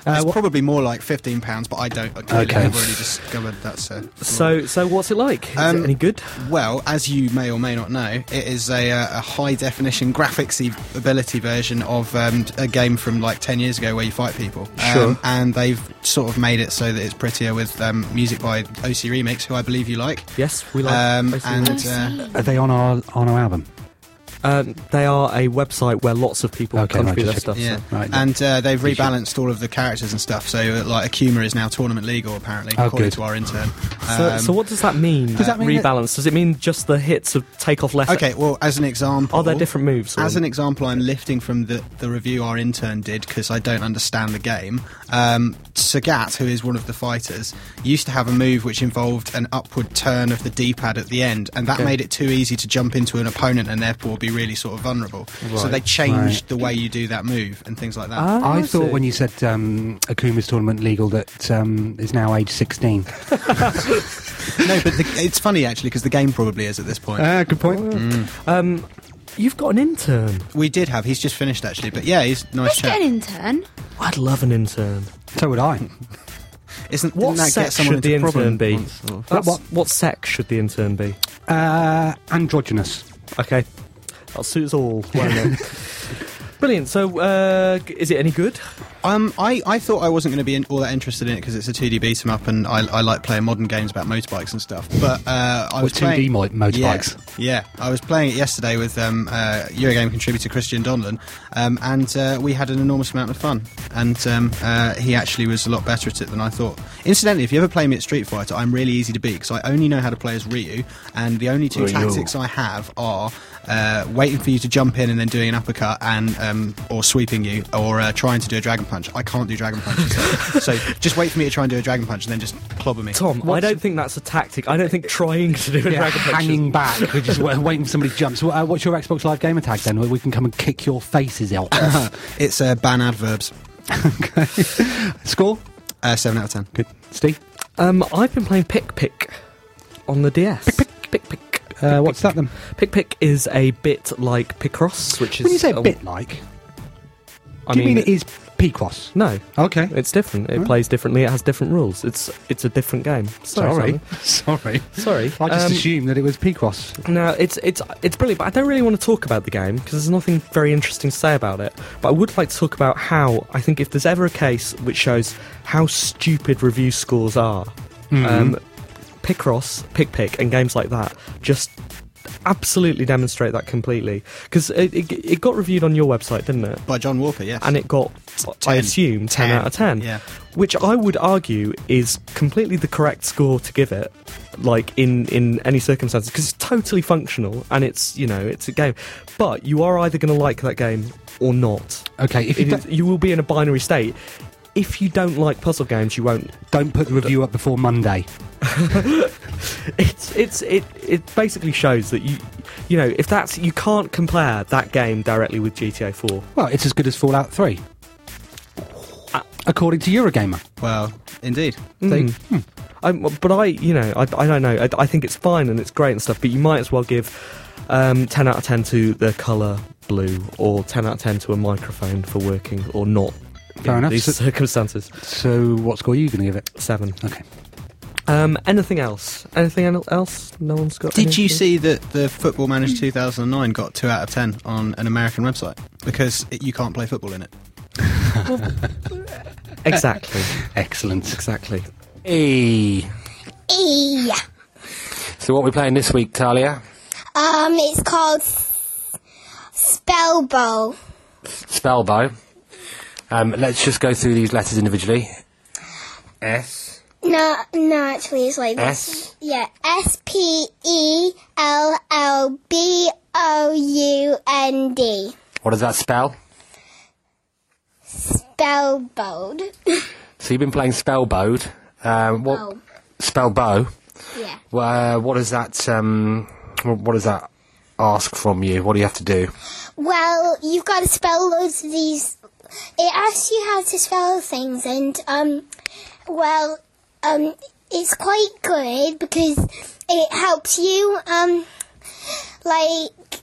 Speaker 3: It's
Speaker 1: what-
Speaker 3: probably more like fifteen pounds, but I don't. I clearly
Speaker 1: Okay.
Speaker 3: have already discovered that's a.
Speaker 2: So, so what's it like? Is
Speaker 3: Um,
Speaker 2: it any good?
Speaker 3: Well, as you may or may not know, it is a, uh, a high definition graphicsy ability version of um, a game from like 10 years ago where you fight people.
Speaker 2: Sure.
Speaker 3: Um, and they've sort of made it so that it's prettier with um, music by OC Remix, who I believe you like.
Speaker 2: Yes, we like.
Speaker 3: Um,
Speaker 2: basically-
Speaker 3: and uh,
Speaker 1: Are they on our on our album?
Speaker 2: um, they are a website where lots of people
Speaker 1: Okay, right,
Speaker 2: contribute
Speaker 1: just
Speaker 2: their stuff.
Speaker 1: check-
Speaker 3: yeah,
Speaker 1: Right.
Speaker 3: and uh, they've rebalanced all of the characters and stuff. So uh, like Akuma is now tournament legal apparently,
Speaker 1: Oh,
Speaker 3: according
Speaker 1: good.
Speaker 3: to our intern.
Speaker 2: So, so,
Speaker 3: Um,
Speaker 2: so what does that mean? uh,
Speaker 1: Does that mean that-
Speaker 2: rebalance? Does it mean just the hits of take off left?
Speaker 3: Okay, well, as an example,
Speaker 2: Are there different moves? or-
Speaker 3: As an example, I'm lifting from the, the review our intern did because I don't understand the game. Um, Sagat, who is one of the fighters, used to have a move which involved an upward turn of the D pad at the end, and that made it too easy to jump into an opponent and therefore be really sort of vulnerable. So they changed
Speaker 1: Right.
Speaker 3: the way you do that move and things like that.
Speaker 2: Ah,
Speaker 1: I
Speaker 2: see.
Speaker 1: thought when you said um, Akuma's tournament legal that um, is now age 16. Ah,
Speaker 3: No, but the, it's funny actually because the game probably is at this point.
Speaker 1: good point.
Speaker 2: You've got an intern.
Speaker 3: Mm. We did have. He's just finished actually, but yeah, he's a nice
Speaker 4: Let's get
Speaker 3: chap.
Speaker 4: an intern.
Speaker 2: I'd love an intern.
Speaker 1: So would I.
Speaker 3: Isn't
Speaker 2: What
Speaker 3: didn't that
Speaker 2: sex
Speaker 3: get someone
Speaker 2: should the
Speaker 3: into
Speaker 2: intern
Speaker 3: problem
Speaker 2: be?
Speaker 3: once, or-
Speaker 1: What-
Speaker 2: That's, what, what sex should the intern be?
Speaker 1: Uh, androgynous.
Speaker 2: Okay. That suits all. won't it? Brilliant. So, uh, g- is it any good?
Speaker 3: Um, I, I thought I wasn't going to be in, all that interested in it because it's a 2D beat 'em up, and I, I like playing modern games about motorbikes and stuff. But uh, I
Speaker 1: Or
Speaker 3: was
Speaker 1: 2D
Speaker 3: playing,
Speaker 1: mo- motorbikes.
Speaker 3: Yeah, yeah, I was playing it yesterday with um, uh, Eurogame contributor Christian Donlan, um, and uh, we had an enormous amount of fun. And um, uh, he actually was a lot better at it than I thought. Incidentally, if you ever play me at Street Fighter, I'm really easy to beat because I only know how to play as Ryu, and the only two tactics I have are uh, waiting for you to jump in and then doing an uppercut and um, or sweeping you or uh, trying to do a dragon punch. I can't do dragon punches, so just wait for me to try and do a dragon punch and then just clobber me.
Speaker 2: Tom, I don't think that's a tactic. I don't think trying to do a
Speaker 1: Yeah,
Speaker 2: dragon punch is-
Speaker 1: hanging back, which is wa- waiting for somebody to jump. So, uh, what's your Xbox Live gamer tag then? We can come and kick your faces out.
Speaker 3: It's uh, ban adverbs.
Speaker 1: Score?
Speaker 3: Uh, seven out of ten.
Speaker 1: Good. Steve?
Speaker 2: Um, I've been playing Pick Pick on the DS. Pick Pick. Pick Pick.
Speaker 1: Uh, what's that then?
Speaker 2: Pick Pick is a bit like Picross, which is.
Speaker 1: When you say
Speaker 2: a-
Speaker 1: a bit like,
Speaker 2: I
Speaker 1: do you mean, it is P-Cross?
Speaker 2: No,
Speaker 1: Okay.
Speaker 2: it's different. It plays differently. It has different rules. It's it's a different game.
Speaker 1: Sorry.
Speaker 2: Simon.
Speaker 1: Sorry.
Speaker 2: sorry.
Speaker 1: I just
Speaker 2: Um,
Speaker 1: assumed that it was P-Cross.
Speaker 2: No, it's it's it's brilliant, but I don't really want to talk about the game because there's nothing very interesting to say about it. But I would like to talk about how I think if there's ever a case which shows how stupid review scores are,
Speaker 1: Mm-hmm.
Speaker 2: um, Picross, Pick Pick, and games like that just absolutely demonstrate that completely because it, it it got reviewed on your website, didn't it?
Speaker 3: By John Walker, yes.
Speaker 2: and it got,
Speaker 3: 10.
Speaker 2: I assume, 10,
Speaker 3: 10,
Speaker 2: out of 10.
Speaker 3: yeah.
Speaker 2: Which I would argue is completely the correct score to give it, like in, in any circumstances, because it's totally functional and it's, you know, it's a game. But you are either going to like that game or not.
Speaker 1: Okay, if you
Speaker 2: It
Speaker 1: don't,
Speaker 2: is- you will be in a binary state. If you don't like puzzle games, you won't
Speaker 1: don't put the review up before Monday.
Speaker 2: it's it's it it basically shows that you you know if that's you can't compare that game directly with GTA 4.
Speaker 1: Well, it's as good as Fallout 3. According to Eurogamer.
Speaker 3: well, indeed. Hmm.
Speaker 2: They- Mm. I, but I, you know, I, I don't know. I, I think it's fine and it's great and stuff, but you might as well give um, 10 out of 10 to the colour blue or 10 out of 10 to a microphone for working or not.
Speaker 1: Fair
Speaker 2: in
Speaker 1: enough.
Speaker 2: These
Speaker 1: So-
Speaker 2: circumstances.
Speaker 1: So, what score are you going to give it?
Speaker 2: Seven.
Speaker 1: Okay.
Speaker 2: Um, anything else? Anything el- else? No one's got.
Speaker 3: Did you
Speaker 2: anything?
Speaker 3: see that the Football Manager 2009 got 2 out of 10 on an American website? Because it, you can't play football in it.
Speaker 2: Exactly.
Speaker 1: Excellent.
Speaker 2: exactly.
Speaker 9: E. So what are we playing this week, Talia?
Speaker 10: Um, it's called S- Spell Bowl.
Speaker 9: Spellbow. Um, let's just go through these letters individually. S.
Speaker 10: No, no, actually, it's like
Speaker 9: S.
Speaker 10: yeah, S P E L L B O U N D.
Speaker 9: What does that spell?
Speaker 10: Spell bold.
Speaker 9: So you've been playing Spellbowed. Um, what?
Speaker 10: Oh,
Speaker 9: Spellbow.
Speaker 10: yeah.
Speaker 9: Uh, what does that? Um, wh- what does that ask from you? What do you have to do?
Speaker 10: Well, you've got to spell loads of these. It asks you how to spell things, and um, well, um, it's quite good because it helps you um, like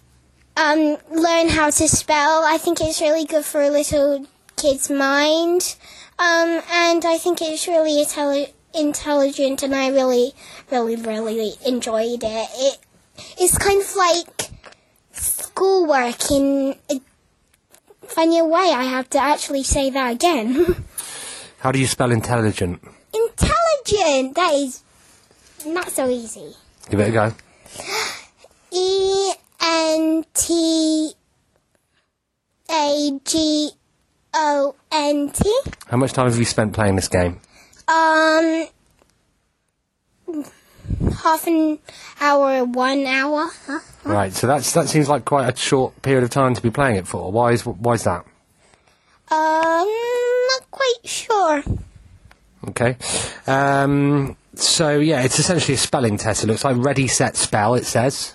Speaker 10: um, learn how to spell. I think it's really good for a little kid's mind, um, and I think it's really intelli- intelligent. And I really, really, really enjoyed it. It it's kind of like schoolwork in a funny uh, way. I have to actually say that again.
Speaker 9: How do you spell intelligent?
Speaker 10: Intelligent. That is not so easy.
Speaker 9: Give it a go.
Speaker 10: E N T A G O N T.
Speaker 9: How much time have you spent playing this game?
Speaker 10: Um, half an hour, one hour. Huh?
Speaker 9: Right. So that's that seems like quite a short period of time to be playing it for. Why is why is that?
Speaker 10: Um, not quite sure.
Speaker 9: Okay. Um, so yeah, it's essentially a spelling test. It looks like ready, set, spell. It says.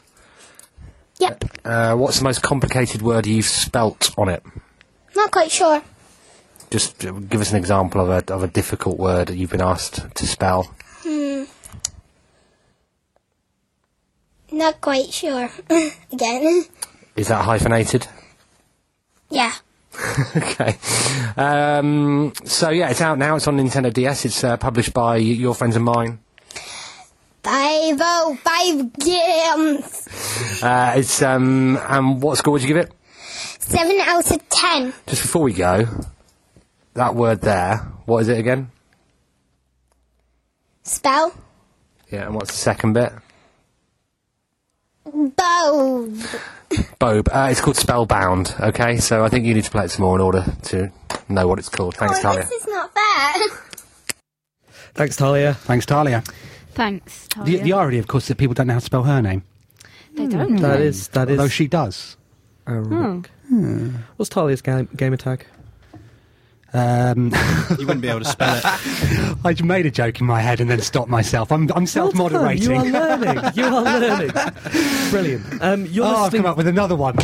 Speaker 10: Yep,
Speaker 9: Uh, what's the most complicated word you've spelt on it?
Speaker 10: not quite sure.
Speaker 9: Just uh, give us an example of a of a difficult word that you've been asked to spell.
Speaker 10: Hmm. Not quite sure. Again.
Speaker 9: Is that hyphenated?
Speaker 10: Yeah.
Speaker 9: okay. Um, so yeah, it's out now. It's on Nintendo DS. It's uh, published by y- your friends and mine.
Speaker 10: Five oh five games.
Speaker 9: Uh, it's um, and what score would you give it?
Speaker 10: Seven out of ten.
Speaker 9: Just before we go, that word there. What is it again?
Speaker 10: Spell
Speaker 9: Yeah, and what's the second bit?
Speaker 10: bow.
Speaker 9: Bob. Uh, it's called Spellbound. Okay, so I think you need to play it some more in order to know what it's called. Thanks,
Speaker 10: oh,
Speaker 9: Talia.
Speaker 10: this is not bad.
Speaker 2: Thanks, Talia.
Speaker 1: Thanks, Talia.
Speaker 4: Thanks.
Speaker 1: The,
Speaker 4: Talia.
Speaker 1: the irony, of course, that people don't know how to spell her name.
Speaker 4: they
Speaker 1: Hmm.
Speaker 4: don't.
Speaker 2: That is that is.
Speaker 1: Although she does.
Speaker 4: Hmm.
Speaker 2: What's Talia's game, gamer tag?
Speaker 1: Um,
Speaker 3: You wouldn't be able to spell it.
Speaker 1: I made a joke in my head and then stopped myself. I'm, I'm self
Speaker 2: You are
Speaker 1: moderating.
Speaker 2: learning. You are learning. Brilliant. Um, you're
Speaker 1: Oh, I've
Speaker 2: listening.
Speaker 1: come up with another one.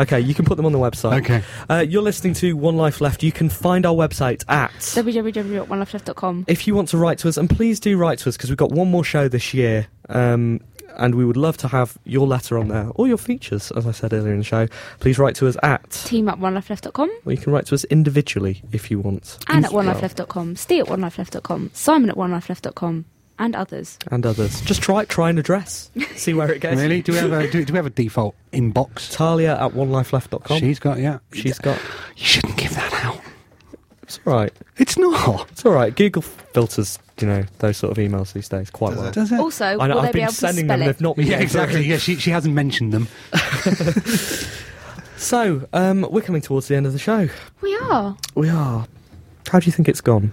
Speaker 2: Okay, you can put them on the website.
Speaker 1: Okay.
Speaker 2: Uh, you're listening to One Life Left. You can find our website at.
Speaker 4: www.onelifeleft.com.
Speaker 2: If you want to write to us, and please do write to us because we've got one more show this year, um, and we would love to have your letter on there or your features, as I said earlier in the show. Please write to us at.
Speaker 4: Team at onelifeleft.com
Speaker 2: Or you can write to us individually if you want.
Speaker 4: and at
Speaker 2: As well.
Speaker 4: onelifeleft.com, Steve at onelifeleft.com, Simon at onelifeleft.com, and others.
Speaker 2: And others. Just try try and address. See where it goes.
Speaker 1: really? Do we have a, do, do we have a default inbox?
Speaker 2: Talia at onelifeleft.com.
Speaker 1: She's got, yeah.
Speaker 2: She's got.
Speaker 1: You shouldn't give that out.
Speaker 2: It's all right.
Speaker 1: It's not.
Speaker 2: It's all right. Google filters, you know, those sort of emails these days quite well.
Speaker 1: Does it?
Speaker 4: Also,
Speaker 2: I know,
Speaker 4: will they
Speaker 2: I've
Speaker 4: be
Speaker 2: been
Speaker 4: able to
Speaker 2: sending
Speaker 4: spell
Speaker 2: them,
Speaker 4: it?
Speaker 2: they've not been
Speaker 1: Yeah,
Speaker 2: getting
Speaker 1: exactly. Yeah, she, she hasn't mentioned them.
Speaker 2: So, um, we're coming towards the end of the show.
Speaker 4: We are.
Speaker 2: We are. How do you think it's gone?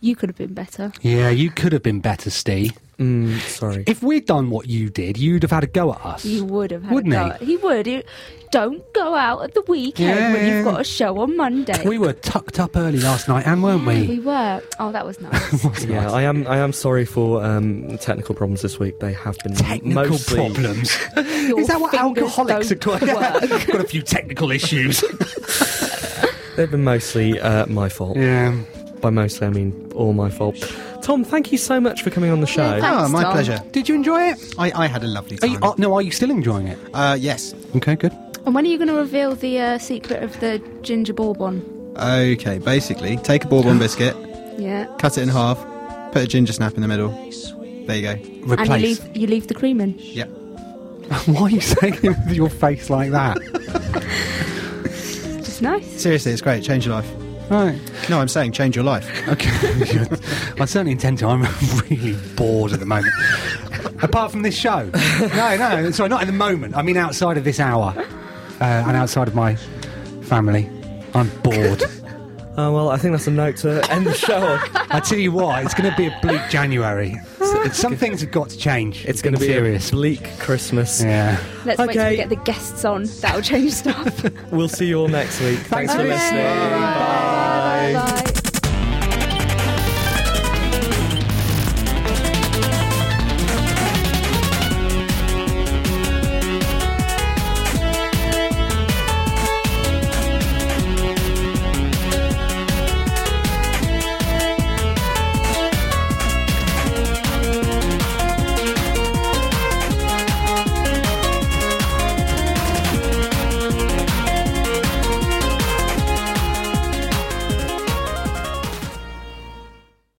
Speaker 4: You could have been better.
Speaker 1: Yeah, you could have been better, Steve.
Speaker 2: Mm, sorry.
Speaker 1: If we'd done what you did, you'd have had a go at us.
Speaker 4: You would have had
Speaker 1: Wouldn't
Speaker 4: a go. He, he would. He, don't go out at the weekend
Speaker 1: Yeah,
Speaker 4: when
Speaker 1: yeah.
Speaker 4: you've got a show on Monday.
Speaker 1: We were tucked up early last night, and weren't
Speaker 4: Yeah,
Speaker 1: we?
Speaker 4: we were. Oh, that was nice.
Speaker 2: yeah, I am. I am sorry for um, the technical problems this week. They have been
Speaker 1: Technical
Speaker 2: mostly.
Speaker 1: problems.
Speaker 4: Your
Speaker 1: Is that what
Speaker 4: fingers
Speaker 1: alcoholics are
Speaker 4: don't
Speaker 1: called?
Speaker 4: work.
Speaker 1: Got a few technical issues.
Speaker 2: They've been mostly uh, my fault.
Speaker 1: yeah.
Speaker 2: By mostly, I mean all my fault. Tom, thank you so much for coming on the show.
Speaker 4: Yeah,
Speaker 3: Oh, my
Speaker 4: Tom.
Speaker 3: pleasure.
Speaker 1: Did you enjoy it?
Speaker 3: I, I had a lovely
Speaker 1: Are
Speaker 3: time.
Speaker 1: you, uh, no, are you still enjoying it?
Speaker 3: uh, yes.
Speaker 1: Okay, good.
Speaker 4: and when are you going to reveal the uh, secret of the ginger bourbon?
Speaker 3: Okay, basically, take a bourbon biscuit,
Speaker 4: Yeah.
Speaker 3: cut it in half, put a ginger snap in the middle. There you go.
Speaker 4: And you
Speaker 1: Replace.
Speaker 4: leave, you leave the cream in.
Speaker 3: Yep.
Speaker 1: Why are you saying it with your face like that?
Speaker 4: It's just nice.
Speaker 3: Seriously, it's great. Change your life.
Speaker 1: right.
Speaker 3: No, I'm saying change your life.
Speaker 1: Okay. I certainly intend to. I'm really bored at the moment. Apart from this show. No, no. Sorry, not at the moment. I mean outside of this hour uh, and outside of my family. I'm bored.
Speaker 2: Uh, well, I think that's a note to end the show on.
Speaker 1: I tell you what, it's going to be a bleak January. It's- some things have got to change.
Speaker 2: It's going to be
Speaker 1: serious.
Speaker 2: a bleak Christmas.
Speaker 1: Yeah.
Speaker 4: Let's wait till
Speaker 2: Okay.
Speaker 4: we get the guests on. That'll change stuff.
Speaker 2: We'll see you all next week. Thanks,
Speaker 1: for
Speaker 2: for listening. Bye.